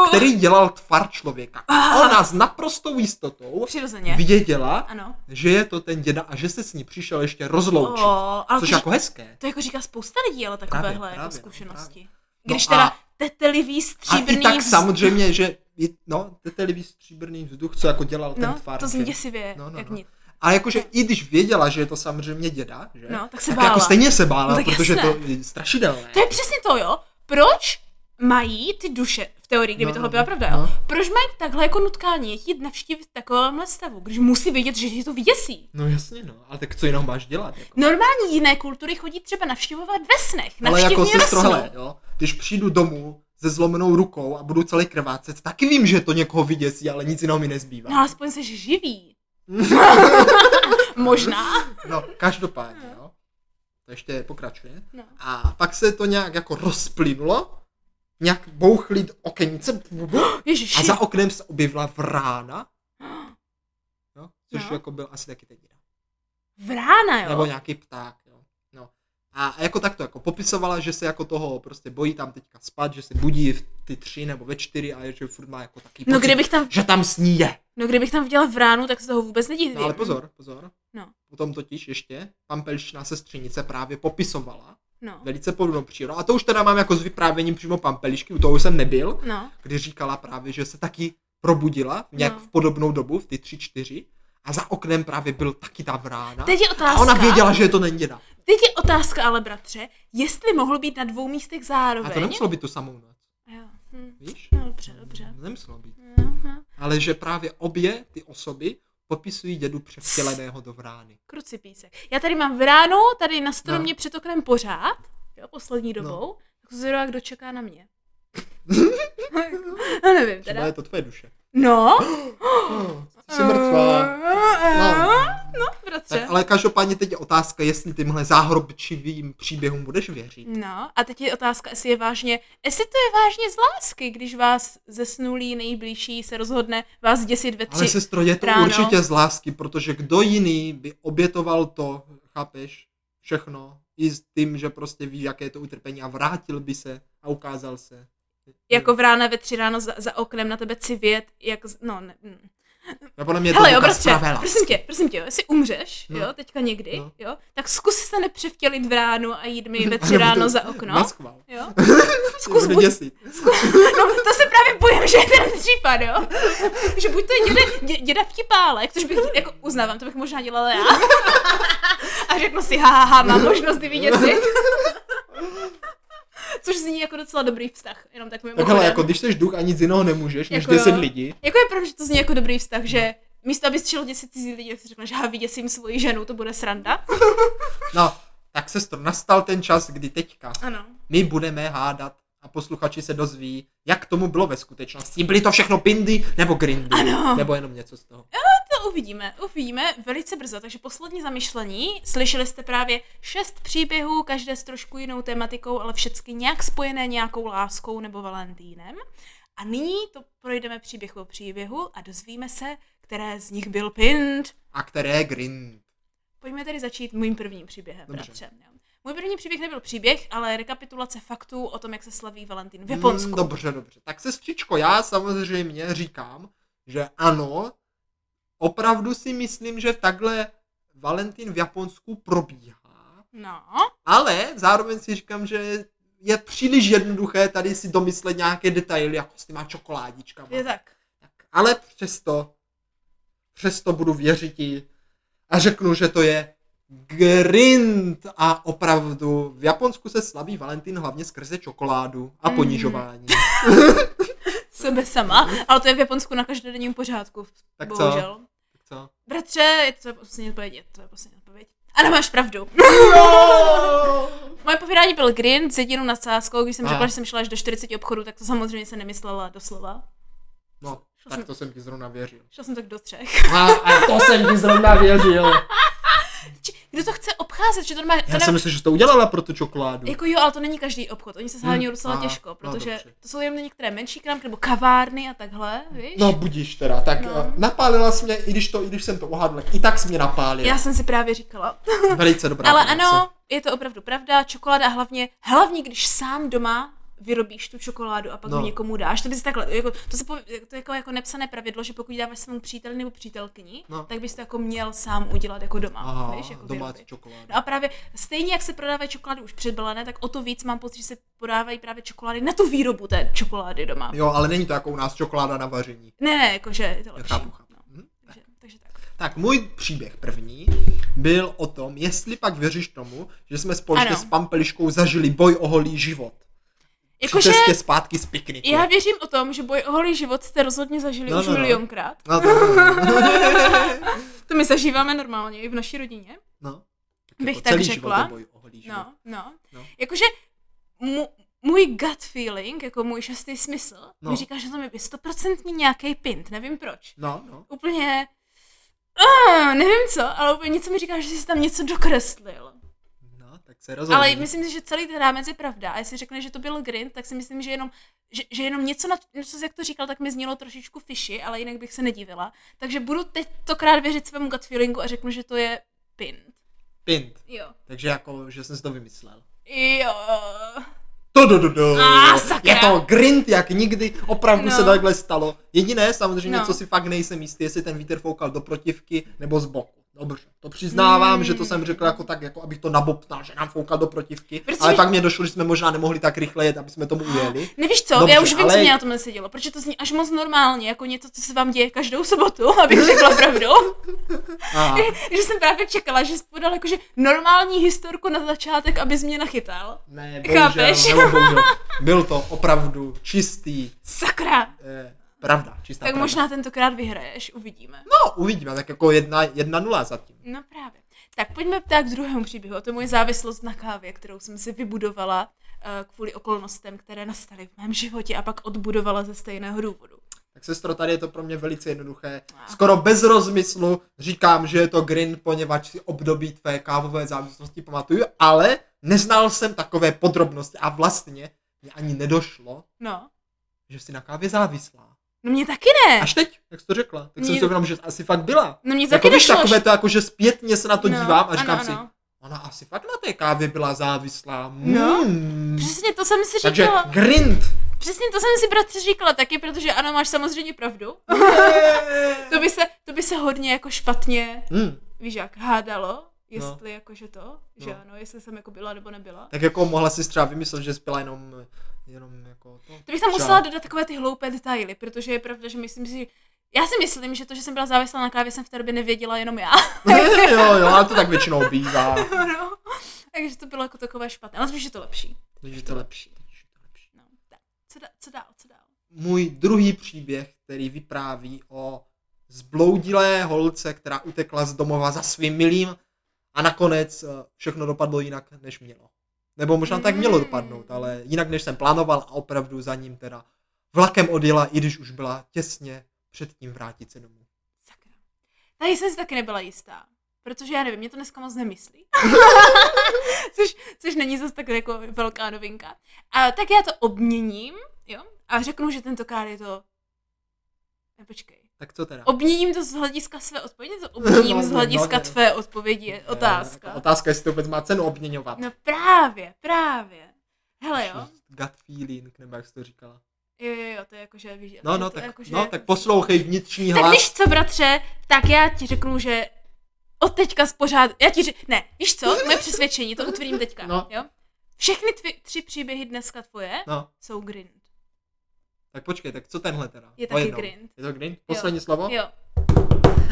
který dělal tvar člověka.
Ah.
A ona s naprostou jistotou
Přirozeně.
věděla,
Ano.
že je to ten děda a že se s ní přišel ještě rozloučit.
O, ale
Což
to-
jako hezké.
To jako říká spousta lidí, ale takovéhle
Právě,
jako
právě, no,
zkušenosti.
No
Když
a-
teda tetelivý,
A i
stříbrný
tak
vz-
samozřejmě, že je- no, tetelivý stříbrný vzduch, co jako dělal ten
No,
tvar.
to
že-
zní děsivě,
No,
no,
no,
no, jak
no.
nic.
Ale jakože i když věděla, že je to samozřejmě děda, že?
No, tak se
tak jako
bála.
stejně se bála,
No,
no,
tak
protože
jasné.
to je strašidelné.
To je přesně to, jo. Proč mají ty duše, v teorii, kdyby
No,
no, tohle
no,
byla
no,
pravda, jo?
no.
Proč mají takhle jako nutkání jít navštívit v takovémhle stavu, když musí vědět, že tě to vyděsí?
No jasně, no, ale tak co jiného máš dělat? Jako?
Normální jiné kultury chodí třeba navštěvovat ve snech.
ale jako
Navštěvně ve
sestro,
snu.
hele, jo, když přijdu domů se zlomenou rukou a budu celý krvácet, taky vím, že to někoho vyděsí, ale nic jiného mi nezbývá.
No alespoň jsi živý. Možná.
no každopádně, jo. To ještě pokračuje.
No.
A pak se to nějak jako rozplynulo, nějak bouchly okenice
Ježiši.
a za oknem se objevila vrána, jo, což
No.
jako byl asi taky ten děda.
Vrána, jo.
nebo nějaký pták, jo. No. A, a jako tak to jako popisovala, že se jako toho prostě bojí tam teďka spát, že se budí v ty tři nebo ve čtyři a že furt má jako taký
No kdybych tam
že tam sní je.
No kdybych tam viděla vránu, tak se toho vůbec nedivím.
No ale pozor, pozor.
No.
Potom totiž ještě pampelšná sestřenice právě popisovala
No.
velice podobnou přírodu. A to už teda mám jako s vyprávěním přímo pampelišky, u toho už jsem nebyl,
No.
kdy říkala právě, že se taky probudila nějak
No.
v podobnou dobu, v ty tři, čtyři. A za oknem právě byl taky ta vrána.
Teď je
a
otázka.
ona věděla, že je to není děda.
Teď je otázka, ale bratře, jestli mohl být na dvou místech zároveň.
A to nemuselo být tu samou noc.
Jo. Hm.
Víš?
No, dobře, dobře.
Nemuselo být.
Aha.
Ale že právě obě ty osoby popisují dědu převtěleného do vrány.
Kruci písek. Já tady mám vránu, tady na
No.
stromě před oknem pořád, jo, poslední dobou. Zero, kdo čeká na mě. no nevím
Třeba
teda.
je to tvoje duše.
No.
Oh, jsi mrtvá. No.
No, bratře.
Tak, ale každopádně teď je otázka, jestli tímhle záhrobčivým příběhům budeš věřit.
No, a teď je otázka, jestli je vážně, jestli to je vážně z lásky, když vás zesnulý nejbližší se rozhodne vás děsit ve tři.
Ale sestro, je to
ráno.
určitě z lásky, protože kdo jiný by obětoval to, chápeš, všechno, i s tím, že prostě ví, jaké je to utrpení a vrátil by se a ukázal se.
Jako v rána ve tři ráno za, za oknem na tebe civět, jak, z- no, ne, mm.
Já podle mě je to
Hele, jo,
důkaz
bratře,
pravé lásky.
prosím tě, prosím tě, jo, jestli umřeš,
No.
jo, teďka někdy,
No.
jo, tak zkus se nepřevtělit v ránu a jít mi ve
A
tři
nebo
ráno
to-
za okno,
Naschvál.
jo.
Tě
Zkus
bude
buď,
děsit.
no, to se právě bojím, že je ten případ, jo. Že buď to je děda, dě, děda vtipálek, což bych, jako uznávám, to bych možná dělala já. A řeknu si, ha, ha, ha mám možnost ty vyděsit. Což zní jako docela dobrý vztah, jenom tak
Tak
mimochodem.
hele, jako když jsi duch a nic jiného nemůžeš, než
Jako jo.
10 lidí.
Jako je pravda, že to zní jako dobrý vztah, že místo, abys šel děsit cizí lidi, tak si řekneš, ha, vyděsím svoji ženu, to bude sranda.
No, tak sestro, nastal ten čas, kdy teďka
Ano.
my budeme hádat a posluchači se dozví, jak tomu bylo ve skutečnosti. Byly to všechno pindy nebo grindy,
Ano.
nebo jenom něco z toho.
To No, uvidíme, uvidíme velice brzo. Takže poslední zamyšlení. Slyšeli jste právě šest příběhů, každé s trošku jinou tematikou, ale všechny nějak spojené nějakou láskou nebo valentínem. A nyní to projdeme příběh po příběhu a dozvíme se, které z nich byl pind.
A které grind?
Pojďme tedy začít mým prvním příběhem,
Dobře.
bratře. Jo. Můj první příběh nebyl příběh, ale rekapitulace faktů o tom, jak se slaví Valentín v Japonsku.
Mm, dobře, dobře. Tak sestřičko, já samozřejmě říkám, že ano, opravdu si myslím, že takhle Valentín v Japonsku probíhá,
No.
ale zároveň si říkám, že je příliš jednoduché tady si domyslet nějaké detaily, jako s těma čokoládičkama.
Je tak.
Tak, ale přesto, přesto budu věřit jí a řeknu, že to je grind a opravdu v Japonsku se slaví Valentín hlavně skrze čokoládu a
Mm.
ponižování.
Sebe sama, ale to je v Japonsku na každodenním pořádku.
Tak co?
bohužel.
Tak co?
Bratře, je to poslední odpověď, je to poslední odpověď. Ano, máš pravdu. Moje povídání byl Green s jedinou nadsázkou, když jsem
A.
řekla, že jsem šla až do 40 obchodů, tak to samozřejmě se nemyslela doslova.
No,
Šla
tak
jsem-
to jsem ti zrovna věřil.
Šla jsem tak do třech.
A, a to jsem ti zrovna věřil.
Či, kdo to chce obcházet, že to má... To
Já jsem myslel, že jsi to udělala pro tu čokoládu.
Jako jo, ale to není každý obchod, oni se shánějí
Hmm,
docela
aha,
těžko,
no,
protože
dobře.
to jsou jen některé menší krámky nebo kavárny a takhle, víš?
No budíš teda, tak
No.
no. napálila jsi mě, i když to, i když jsem to uhádl, i tak jsi mě napálila.
Já jsem si právě říkala.
Velice dobrá
Ale
práce.
ano, je to opravdu pravda, čokoláda a hlavně, hlavně když sám doma vyrobíš tu čokoládu a pak no.
No.
někomu dáš. To bys takhle, jako, to, se po, to je jako, jako nepsané pravidlo, že pokud ji dáváš svému příteli nebo přítelkyni, no.
No.
tak bys to jako měl sám udělat jako doma.
Aha,
víš, jako
domácí
vyrobit.
čokoládu.
No a právě stejně jak se prodávají čokolády už předbalené, tak o to víc mám pocit, že se podávají právě čokolády na tu výrobu té čokolády doma.
Jo, ale není to jako u nás čokoláda na vaření.
Ne, ne, jakože je to lepší.
chápu, chápu.
No,
Hm?
takže, takže tak.
Tak můj příběh první byl o tom, jestli pak věříš tomu, že jsme společně
Ano.
s Pampeliškou zažili boj o holý život. Při
Jakože
cestě zpátky z pikniku.
já věřím o tom, že boj o holý život jste rozhodně zažili
No,
už
no, no.
milionkrát.
No, to,
To my zažíváme normálně i v naší rodině.
no.
Bych
Jako
tak
celý
řekla.
Život je boj o holý život.
No, no. no.
No.
Jakože mu, můj gut feeling, jako můj šestý smysl, no.
No.
mi říká, že to mi by stoprocentní nějaký pint, nevím proč.
No, no.
Úplně, uh, nevím co, ale úplně něco mi říká, že jsi tam něco dokreslil.
No, tak se rozhodni.
Ale myslím si, že celý ten rámec je pravda. A jestli řekne, že to byl grind, tak si myslím, že jenom, že, že jenom něco, na, něco, jak to říkal, tak mi znělo trošičku fishy, ale jinak bych se nedivila. Takže budu teď tokrát věřit svému gut feelingu a řeknu, že to je pint.
Pint.
Jo.
Takže jako, že jsem si to vymyslel.
Jo.
To do, do, do.
Ah, sakra.
Je to grind jak nikdy, opravdu
No.
se takhle stalo. Jediné samozřejmě,
No.
no. co si fakt nejsem jistý, jestli ten vítr foukal do protivky nebo z boku. Dobře, to přiznávám,
Mm.
mm. že to jsem řekl jako tak, jako abych to nabobtnal, že nám foukal do protivky,
Protože-
Protože... ale pak mě došlo, že jsme možná nemohli tak rychle jet, aby jsme tomu ujeli.
Nevíš co, Dobře,
Dobře,
já už vím, ale...
ale-
co mě na tomhle sedělo, protože to zní až moc normálně, jako něco, co se vám děje každou sobotu, abych řekla pravdu.
A,
že jsem právě čekala, že jsi podal jakože normální historku na začátek, abys mě nachytal.
ne, bohužel,
Chápeš?
nebo bohužel. Byl to opravdu čistý,
Sakra!
eh, pravda, čistá
tak
pravda.
možná tentokrát vyhraješ, uvidíme.
No, uvidíme, tak jako jedna, jedna nula zatím.
No právě. Tak pojďme tak k druhému příběhu, a to je moje závislost na kávě, kterou jsem si vybudovala eh, kvůli okolnostem, které nastaly v mém životě a pak odbudovala ze stejného důvodu.
Tak sestro, tady je to pro mě velice jednoduché.
Ah.
Skoro bez rozmyslu říkám, že je to grind, poněvadž si období tvé kávové závislosti pamatuju, ale neznal jsem takové podrobnosti a vlastně mě ani nedošlo,
No,
že jsi na kávě závislá.
no mě taky ne.
Až teď, jak jsi to řekla, tak jsem
Mně-
si uvědomil, že asi fakt byla.
No mě taky
Jako víš,
došlo.
takové to, jako že zpětně se na to
No,
dívám a říkám
ano,
si,
ano.
ona asi fakt na té kávě byla závislá.
No,
Mm.
Přesně to jsem si
Takže
říkala.
grind.
Přesně to jsem si bratře říkala taky, protože ano, máš samozřejmě pravdu. To by se, to by se hodně jako špatně,
Hmm.
víš jak, hádalo, jestli jakože to, že
No.
ano, jestli jsem jako byla nebo nebyla.
Tak jako mohla si třeba vymyslet, že spěla jenom, jenom jako to.
To bych tam
Třeba.
musela dodat takové ty hloupé detaily, protože je pravda, že myslím si, já si myslím, že to, že jsem byla závislá na kávě, jsem v té době nevěděla jenom já.
jo, jo, ale to tak většinou bývá.
no. Takže to bylo jako takové špatné, ale spíš je to lepší.
Takže to je lepší. takže to je lepší.
No. tak. Co, da, co dál, co dál?
Můj druhý příběh, který vypráví o zbloudilé holce, která utekla z domova za svým milým a nakonec eh, všechno dopadlo jinak, než mělo. Nebo možná tak mělo
Mm.
dopadnout, ale jinak, než jsem plánoval a opravdu za ním teda vlakem odjela, i když už byla těsně předtím vrátit se domů.
Sakra. Tady jsem si taky nebyla jistá. Protože já nevím, mě to dneska moc nemyslí. což, což není zase tak jako velká novinka. A, tak já to obměním, jo? A řeknu, že tentokrát je to... Ne, počkej.
Tak co teda?
Obměním to z hlediska své odpovědi, to obměním
No,
z
no,
hlediska
no, no.
tvé odpovědi, je
Eh,
otázka.
Otázka, jestli to vůbec má cenu obměňovat.
No právě, právě. Hele jo,
Gut feeling, nebo jak jsi to říkala.
jo, jo, jo to je jako, že víš,
No,
že
no,
to je
tak,
jako, že-
no, tak poslouchej vnitřní
Tak
hlas.
víš co, bratře, tak já ti řeknu, že od teďka spořád... Já ti řek... Ne, víš co, moje přesvědčení, to utvrdím teďka,
No.
jo? Všechny tvi, tři příběhy dneska tvoje
No,
jsou grind.
tak počkej, tak co tenhle teda?
Je
O
taky
jednou.
grind.
Je to grind? Poslední slovo?
Jo.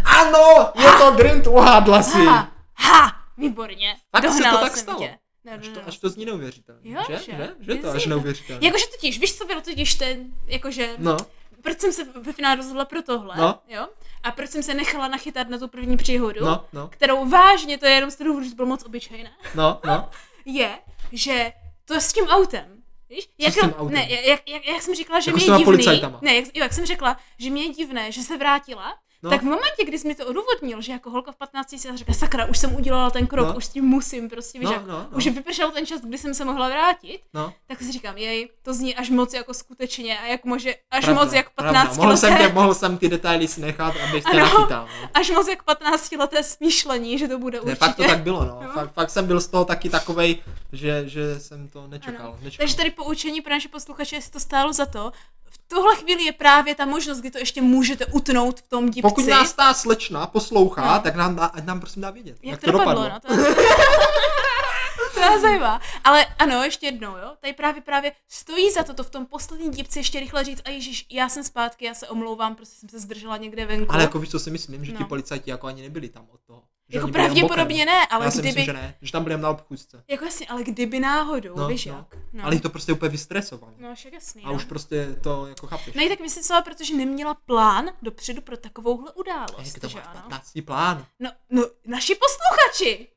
Ano, je to grind, uhádla si.
Ha, ha, výborně.
Fakt se to
Dohnala
tak
jsem
stalo?
tě. Ne,
Až
ne,
to,
ne.
až to zní neuvěřitelně.
Jo,
že?
že? jako-
Že, že to
Zní
až
to.
neuvěřitelně.
Jakože totiž, víš co byl totiž ten, jakože,
No,
proč jsem se ve finále rozhodla pro tohle,
No.
jo? A proč jsem se nechala nachytat na tu první příhodu,
no, no,
kterou vážně, to je jenom z toho důvodu, že to bylo moc obyčejné.
no, no.
je, že to je s tím autem. Víš? Jak,
s tím autem?
Ne, jak, jak, jak, jsem říkala, že
Jako
mě
s těma
je divný,
policajtama.
ne, jak, jo, jak jsem řekla, že mě je divné, že se vrátila,
No.
no. tak v momentě, kdy jsi mi to odůvodnil, že jako holka v 15 si řekla, sakra, už jsem udělala ten krok,
No.
no. už s tím musím, prostě, víš,
No,
no, jak,
no,
no,
no.
no. už vypršel ten čas, kdy jsem se mohla vrátit,
no.
tak si říkám, jej, to zní až moc jako skutečně a jak može, až
pravda,
moc jak
pravda.
15
mohl, jsem tě,
leté,
mohl jsem ty detaily snechat, abych tě
Ano.
nachytal. No.
až moc jak 15 leté smýšlení, že to bude
Ne,
určitě.
fakt to tak bylo, no.
Jo.
Fakt, fakt jsem byl z toho taky takovej, že, že jsem to nečekal.
Ano.
nečekal.
Takže tady poučení pro naše posluchače, jestli to stálo za to. V tuhle chvíli je právě ta možnost, kdy to ještě můžete utnout v tom dipci.
Pokud nás ta slečna poslouchá,
No.
tak nám, dá- ať nám prosím dá vědět.
Jak to dopadlo, no to... To nás zajímá. Ale ano, ještě jednou, jo. Tady právě právě stojí za to, to v tom posledním dipci ještě rychle říct, a ježíš, já jsem zpátky, já se omlouvám, prostě jsem se zdržela někde venku.
Ale jako víš, co si myslím, že ti
No.
policajti jako ani nebyli tam od toho. Že
jako
oni byli jen bokem.
pravděpodobně ne, ale
Já si
kdyby...
myslím, že ne, že tam byli jen na obchůzce.
Jako jasně, ale kdyby náhodou,
No,
víš
no.
jak. No.
Ale jich to prostě úplně vystresovalo.
No, však jasný.
A
no.
už prostě to jako chápeš.
No i tak myslela, protože neměla plán dopředu pro takovouhle
Jak
událost,
to
prostě, že
má
ano?
15. plán.
No, no, naši posluchači!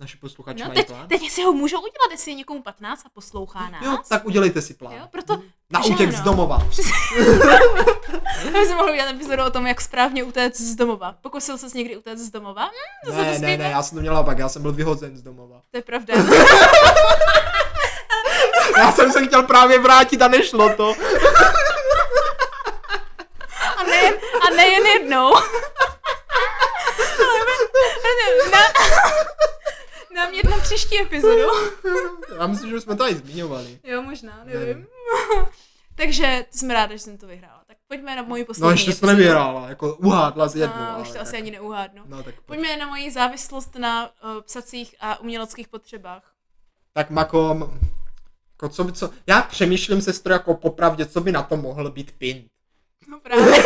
Naši posluchači
No,
mají
teď,
plán.
teď si ho můžou udělat, jestli je někomu 15 a poslouchá nás.
Jo, tak udělejte si plán.
Jo, proto-
Na
že
útěk
ano.
z domova.
My jsme mohli udělat epizodu o tom, jak správně utéct z domova. Pokusil ses někdy utéct z domova? Hm, to se
Ne, ne,
dozvíme.
ne, já jsem to měla pak, já jsem byl vyhozen z domova.
To je pravda.
Já jsem se chtěl právě vrátit a nešlo to.
A nejen, a nejen jednou. Ale my- na, nám jednu příští epizodu.
Já myslím, že už jsme to i zmiňovali.
Jo, možná,
Nevím.
nevím. Takže jsem ráda, že jsem to vyhrála. Tak pojďme na moji
No
poslední
ještě jsi to
epizodu.
nevyhrála, jako uhádla z jednu.
No,
ale
už to
tak-
asi ani neuhádnu.
No tak pojď.
Pojďme na moji závislost na uh, psacích a uměleckých potřebách.
tak makom, jako co by, co, já přemýšlím, sestro, jako popravdě, co by na to mohl být pin.
No právě.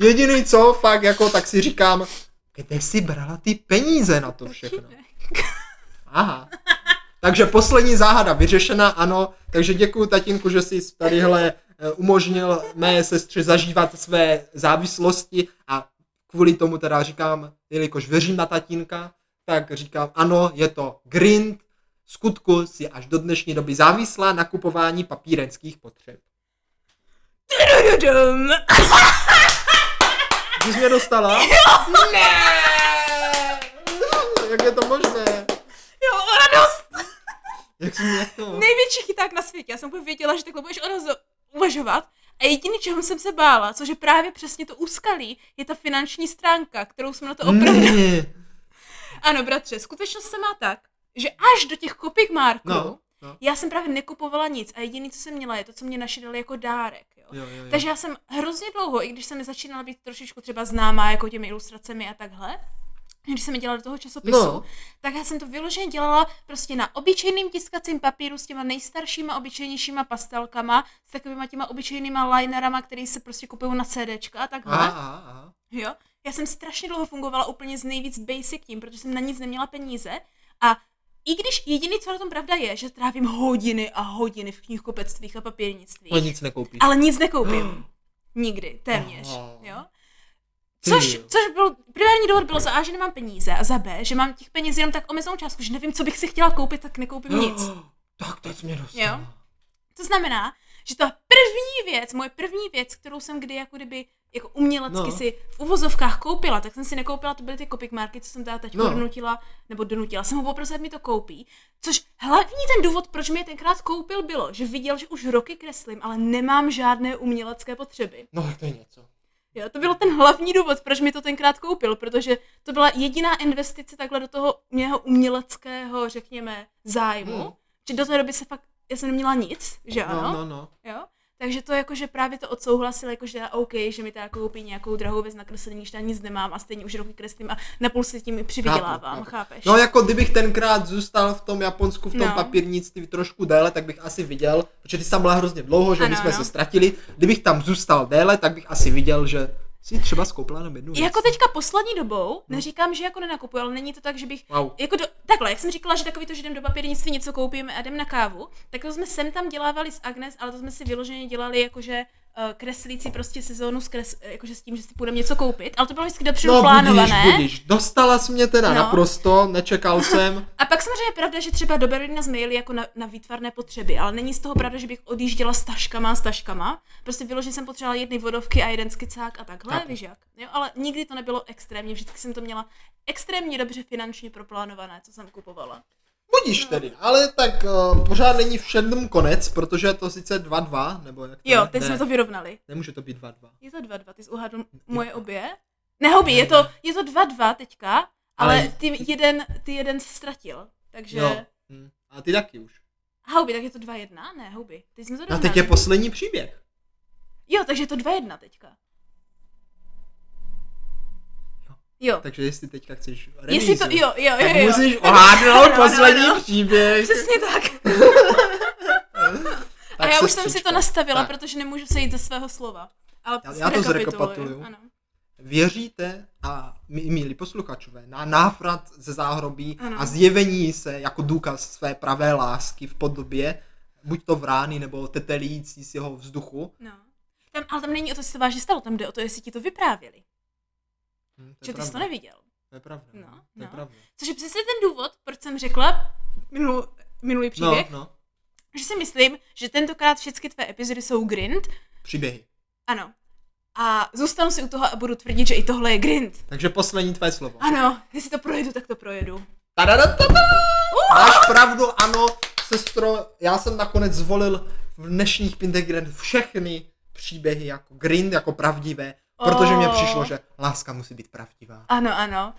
Jediný co, fakt, jako, tak si říkám, kde jsi brala ty peníze na to všechno? Aha. Takže poslední záhada vyřešena, ano. Takže děkuji tatínku, že jsi tadyhle eh, umožnil mé sestře zažívat své závislosti a kvůli tomu teda říkám, jelikož věřím na tatínka, tak říkám, ano, je to grind, skutku si až do dnešní doby závislá na kupování papírenských potřeb.
Tududum.
Ty jsi mě dostala?
Ne!
Jak je to možné?
Jo, o radost!
Jak jsi mě jak to?
Největší chyták na světě. Já jsem úplně věděla, že takhle budeš o rozho- uvažovat. A jediný, čeho jsem se bála, což je právě přesně to úskalí, je ta finanční stránka, kterou jsme na to opravdu...
Ne.
Ano, bratře, skutečnost se má tak, že až do těch kopik Marků,
No, no.
já jsem právě nekupovala nic a jediný, co jsem měla, je to, co mě naši dali jako dárek. Jo?
Jo, jo, jo.
Takže já jsem hrozně dlouho, i když jsem začínala být trošičku třeba známá jako těmi ilustracemi a takhle, když jsem je dělala do toho časopisu,
No.
no. tak já jsem to vyloženě dělala prostě na obyčejným tiskacím papíru s těma nejstaršíma, obyčejnějšíma pastelkama, s takovýma těma obyčejnýma linerama, který se prostě kupují na CDčka a takhle.
Aha, aha, aha.
Jo? Já jsem strašně dlouho fungovala úplně z nejvíc basic tím, protože jsem na nic neměla peníze a i když jediný, co na tom pravda je, že trávím hodiny a hodiny v knihkupectvích a papírnictví,
Ale nic nekoupíš.
ale nic nekoupím. Nikdy, téměř.
Aha.
Jo?
Ty
Což,
jo.
což byl, primární důvod bylo za A, že nemám peníze a za B, že mám těch peněz jenom tak omezenou částku, že nevím, co bych si chtěla koupit, tak nekoupím nic.
Tak teď jsi mě dostala.
Jo. To znamená, že ta první věc, moje první věc, kterou jsem kdy jako kdyby jako umělecky
No.
no. si v uvozovkách koupila, tak jsem si nekoupila, to byly ty Copic Marky, co jsem teda teď
No.
no. donutila, nebo donutila jsem ho poprosit, ať mi to koupí. Což hlavní ten důvod, proč mi je tenkrát koupil, bylo, že viděl, že už roky kreslím, ale nemám žádné umělecké potřeby.
No tak to je něco.
Jo, to byl ten hlavní důvod, proč mi to tenkrát koupil, protože to byla jediná investice takhle do toho mého uměleckého, řekněme, zájmu.
Hmm.
Hmm. Že do té doby se fakt, já jsem neměla nic, že ano?
No, no, no.
Jo? Takže to jako, že právě to odsouhlasil, jako, že teda OK, že mi teda koupí nějakou drahou věc na kreslení, že já nic nemám a stejně už roky kreslím a napůl se tím i přivydělávám,
Chápu, chápu.
chápeš?
No jako kdybych tenkrát zůstal v tom Japonsku, v tom no.
No.
papírnictví trošku déle, tak bych asi viděl, protože ty jsi tam byla hrozně dlouho, že ano, my
Ano,
jsme no.
ano.
se ztratili, kdybych tam zůstal déle, tak bych asi viděl, že si třeba skoupila jenom jednu věc.
jako teďka poslední dobou, neříkám, že jako nenakupuji, ale není to tak, že bych
Wow.
jako do, takhle, jak jsem říkala, že takový to, že jdem do papírnictví, něco koupíme a jdem na kávu, tak to jsme sem tam dělávali s Agnes, ale to jsme si vyloženě dělali jakože uh, kreslící prostě sezónu s, kres, jakože s tím, že si půjdeme něco koupit, ale to bylo vždycky dopředu
No budíš,
plánované.
budíš, dostala jsi mě teda no.
No.
naprosto, nečekal jsem.
A pak samozřejmě je pravda, že třeba do Berlína jsme jeli jako na, na výtvarné potřeby, ale není z toho pravda, že bych odjížděla s taškama a s taškama. Prostě bylo, že jsem potřebovala jedny vodovky a jeden skicák a takhle,
Chápu.
víš jak. Jo, ale nikdy to nebylo extrémně, vždycky jsem to měla extrémně dobře finančně proplánované, co jsem kupovala.
Budíš tedy, ale tak uh, pořád není všem konec, protože je to sice 2-2, nebo jak to
Jo,
je?
teď
ne,
jsme to vyrovnali.
Nemůže to být 2-2.
Je to 2-2, ty jsi uhádl moje obě? Nehobí, je to, je to 2-2 teďka, ale
Ale-
ty jeden, ty jeden ztratil. Takže...
Jo. Hm. A ty taky už.
Houby, tak je to 2-1? Ne, houby. Teď jsme to
No a
dorovnali.
teď je poslední příběh.
Jo, takže je to 2-1 teďka. Jo.
Takže jestli teďka chceš remízu,
Jestli to, jo, jo, jo,
tak
jo.
musíš ohádnout
Ano,
poslední
ano, ano.
příběh.
Přesně tak. A
Tak
já už
sestřičko,
jsem si to nastavila,
tak.
protože nemůžu sejít ze svého slova. Ale
Já-
si
já to
rekapituluji,
zrekapituluju.
Ano.
Věříte, a my, milí posluchačové, na návrat ze záhrobí
Ano.
a zjevení se jako důkaz své pravé lásky v podobě buď to vrány nebo tetelící z jeho vzduchu.
No. Tam, ale tam není o to, co se vážně stalo, tam jde o to, jestli ti to vyprávěli.
Hm, to je
Že ty jsi
pravda.
to neviděl.
To je pravda.
No,
to je
no.
pravda.
Což je přesně ten důvod, proč jsem řekla minul, minulý
No,
příběh,
no,
že si myslím, že tentokrát všechny tvé epizody jsou grind.
příběhy.
Ano. A zůstanu si u toho a budu tvrdit, že i tohle je grind.
Takže poslední tvé slovo.
Ano, jestli to projedu, tak to projedu.
Tadadadada! Máš pravdu, ano, sestro, já jsem nakonec zvolil v dnešních Pinterest všechny příběhy jako grind, jako pravdivé, protože mně
Oh.
přišlo, že láska musí být pravdivá.
Ano, ano.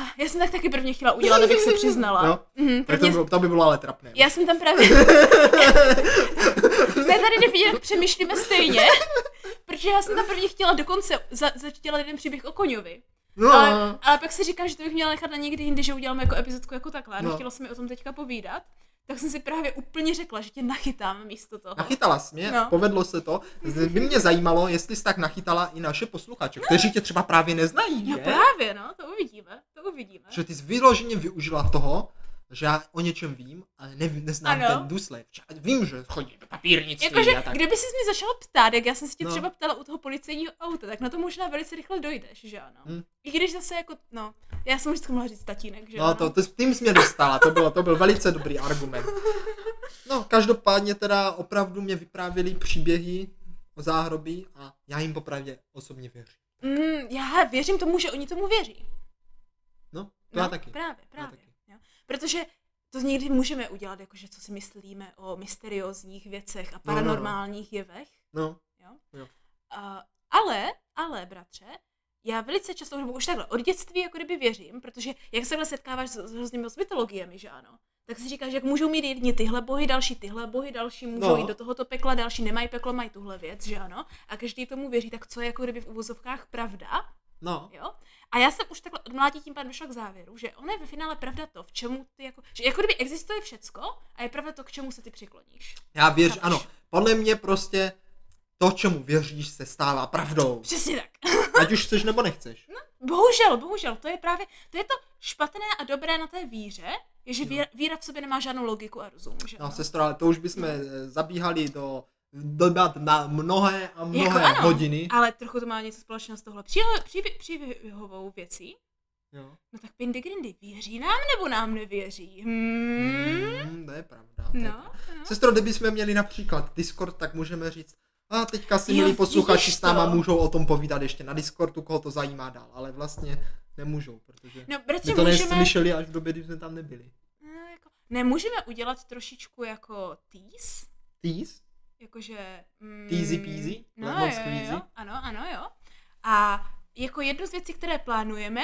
Ah, Já jsem tak taky prvně chtěla udělat, abych se přiznala.
No,
Mhm,
Tak to,
prvně,
bylo, to by bylo ale trapné.
já jsem tam právě... ne, tady jde vidět, jak přemýšlíme stejně. Protože já jsem tam prvně chtěla dokonce za, začtěla jeden příběh o koňovi.
No,
Ale, ale, pak si říkám, že to bych měla nechat na někdy jindy, že uděláme jako epizodku jako takhle. A
No.
nechtěla jsem mi o tom teďka povídat. Tak jsem si právě úplně řekla, že tě nachytám místo toho.
nachytala jsi mě,
No.
povedlo se to. Z- By mě zajímalo, jestli jsi tak nachytala i naše posluchače, kteří tě třeba právě neznají,
No
že?
právě, no, to uvidíme, to uvidíme.
Že ty jsi vyloženě využila toho, že já o něčem vím, ale ne, neznám
Ano.
ten důsledek. Vím, že chodí do papírnictví
Jakože,
a tak.
kdyby jsi mi začal ptát, jak já jsem se tě
No.
třeba ptala u toho policejního auta, tak na to možná velice rychle dojdeš, že ano.
Hm.
I když zase jako, no, já jsem vždycky mohla říct tatínek, že
No,
ano.
to, to, tím jsi mě dostala, to, bylo, to byl velice dobrý argument. No, každopádně teda opravdu mě vyprávěli příběhy o záhrobí a já jim popravdě osobně věřím.
Mm, já věřím tomu, že oni tomu věří.
No, to já taky.
Právě,
Já
právě.
taky.
Jo. Protože to někdy můžeme udělat, jakože co si myslíme o mysteriózních věcech a
no, no.
paranormálních jevech.
No,
A, ale, ale, bratře, já velice často, nebo už takhle, od dětství jako kdyby věřím, protože jak se takhle setkáváš s, s různými moc mytologiemi, že ano, tak si říkáš, jak můžou mít jedni tyhle bohy, další tyhle bohy, další můžou
No.
jít do tohoto pekla, další nemají peklo, mají tuhle věc, že ano, a každý tomu věří, tak co je jako kdyby v uvozovkách pravda,
no,
Jo? A já jsem už takhle od mládí tím pádem došla k závěru, že ona je ve finále pravda to, v čemu ty jako, že jako kdyby existuje všecko a je pravda to, k čemu se ty přikloníš.
já věřím,
Chápeš?
ano, podle mě prostě to, čemu věříš, se stává pravdou.
Přesně tak.
Ať už chceš nebo nechceš.
Bohužel, bohužel, to je právě, to je to špatné a dobré na té víře, je, že víra, víra v sobě nemá žádnou logiku a rozum, že
No,
ano?
sestro, ale to už bychom eh, zabíhali do debat na mnohé a
Jako
mnohé
ano,
hodiny.
Ale trochu to má něco společného s tohle přího- příbě- příběhovou věcí.
Jo.
No tak Pindy Grindy, věří nám nebo nám nevěří? Hmm?
Mm, to je pravda. to je pravda.
No, no.
Sestro, kdyby jsme měli například Discord, tak můžeme říct, a teďka si
Jo,
milí posluchači
vidíš
s náma
to.
můžou o tom povídat ještě na Discordu, koho to zajímá dál, ale vlastně nemůžou, protože
No,
my
bratře,
to
můžeme...
neslyšeli až v době, kdy jsme tam nebyli.
No, jako, nemůžeme udělat trošičku jako tease?
Tease?
Jakože... Mm,
Teasy peasy?
No,
Lemon
jo, jo,
squeezy?
jo, ano, ano, jo. A jako jednu z věcí, které plánujeme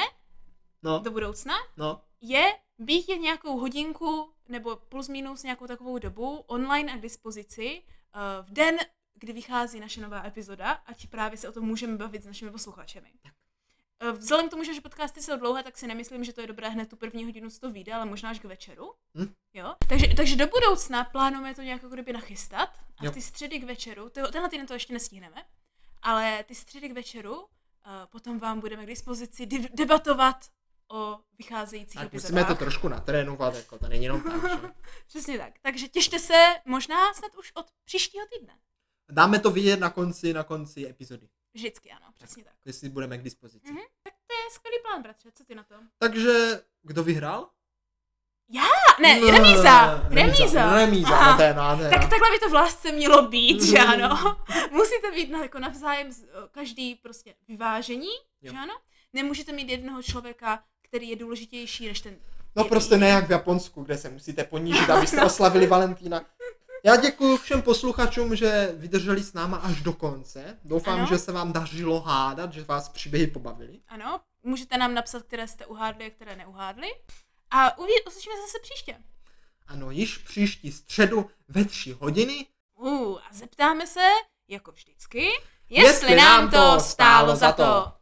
No,
do budoucna,
no,
je být je nějakou hodinku nebo plus minus nějakou takovou dobu online a k dispozici eh, v den, kdy vychází naše nová epizoda, ať právě se o tom můžeme bavit s našimi posluchačemi. Eh, Vzhledem k tomu, že že podcasty jsou dlouhé, tak si nemyslím, že to je dobré hned tu první hodinu, co to vyjde, ale možná až k večeru.
Hm.
Jo? Takže, takže do budoucna plánujeme to nějak jako kdyby nachystat a
Jo.
v ty středy k večeru, to, tenhle týden to ještě nestihneme, ale ty středy k večeru eh, potom vám budeme k dispozici div- debatovat o vycházejících
tak
epizodách.
musíme to trošku natrénovat, jako to není jenom tak, že?
Přesně tak. Takže těšte se možná snad už od příštího týdne.
Dáme to vidět na konci, na konci epizody,
Vždycky ano, přesně tak.
jestli budeme k dispozici.
Mhm. To je skvělý plán, bratře, co ty na to?
Takže, kdo vyhrál?
A, ne,
No,
remíza,
Remíza,
remíza.
remíza
Aha.
no to je nádhera.
Tak takhle by to v lásce mělo být, že
Mhm.
ano. Musíte být na, jako navzájem z- každý prostě vyvážení,
Jo.
že ano. Nemůžete mít jednoho člověka, který je důležitější než ten.
No prostě ne jak v Japonsku, kde se musíte ponížit, abyste oslavili Valentína. Já děkuji všem posluchačům, že vydrželi s náma až do konce. Doufám,
Ano.
že se vám dařilo hádat, že vás příběhy pobavili.
Ano, můžete nám napsat, které jste uhádli a které neuhádli. A uvidí, uslyšíme se zase příště.
Ano, již příští středu ve tři hodiny.
Uh, a zeptáme se, jako vždycky, jestli, nám to stálo za to.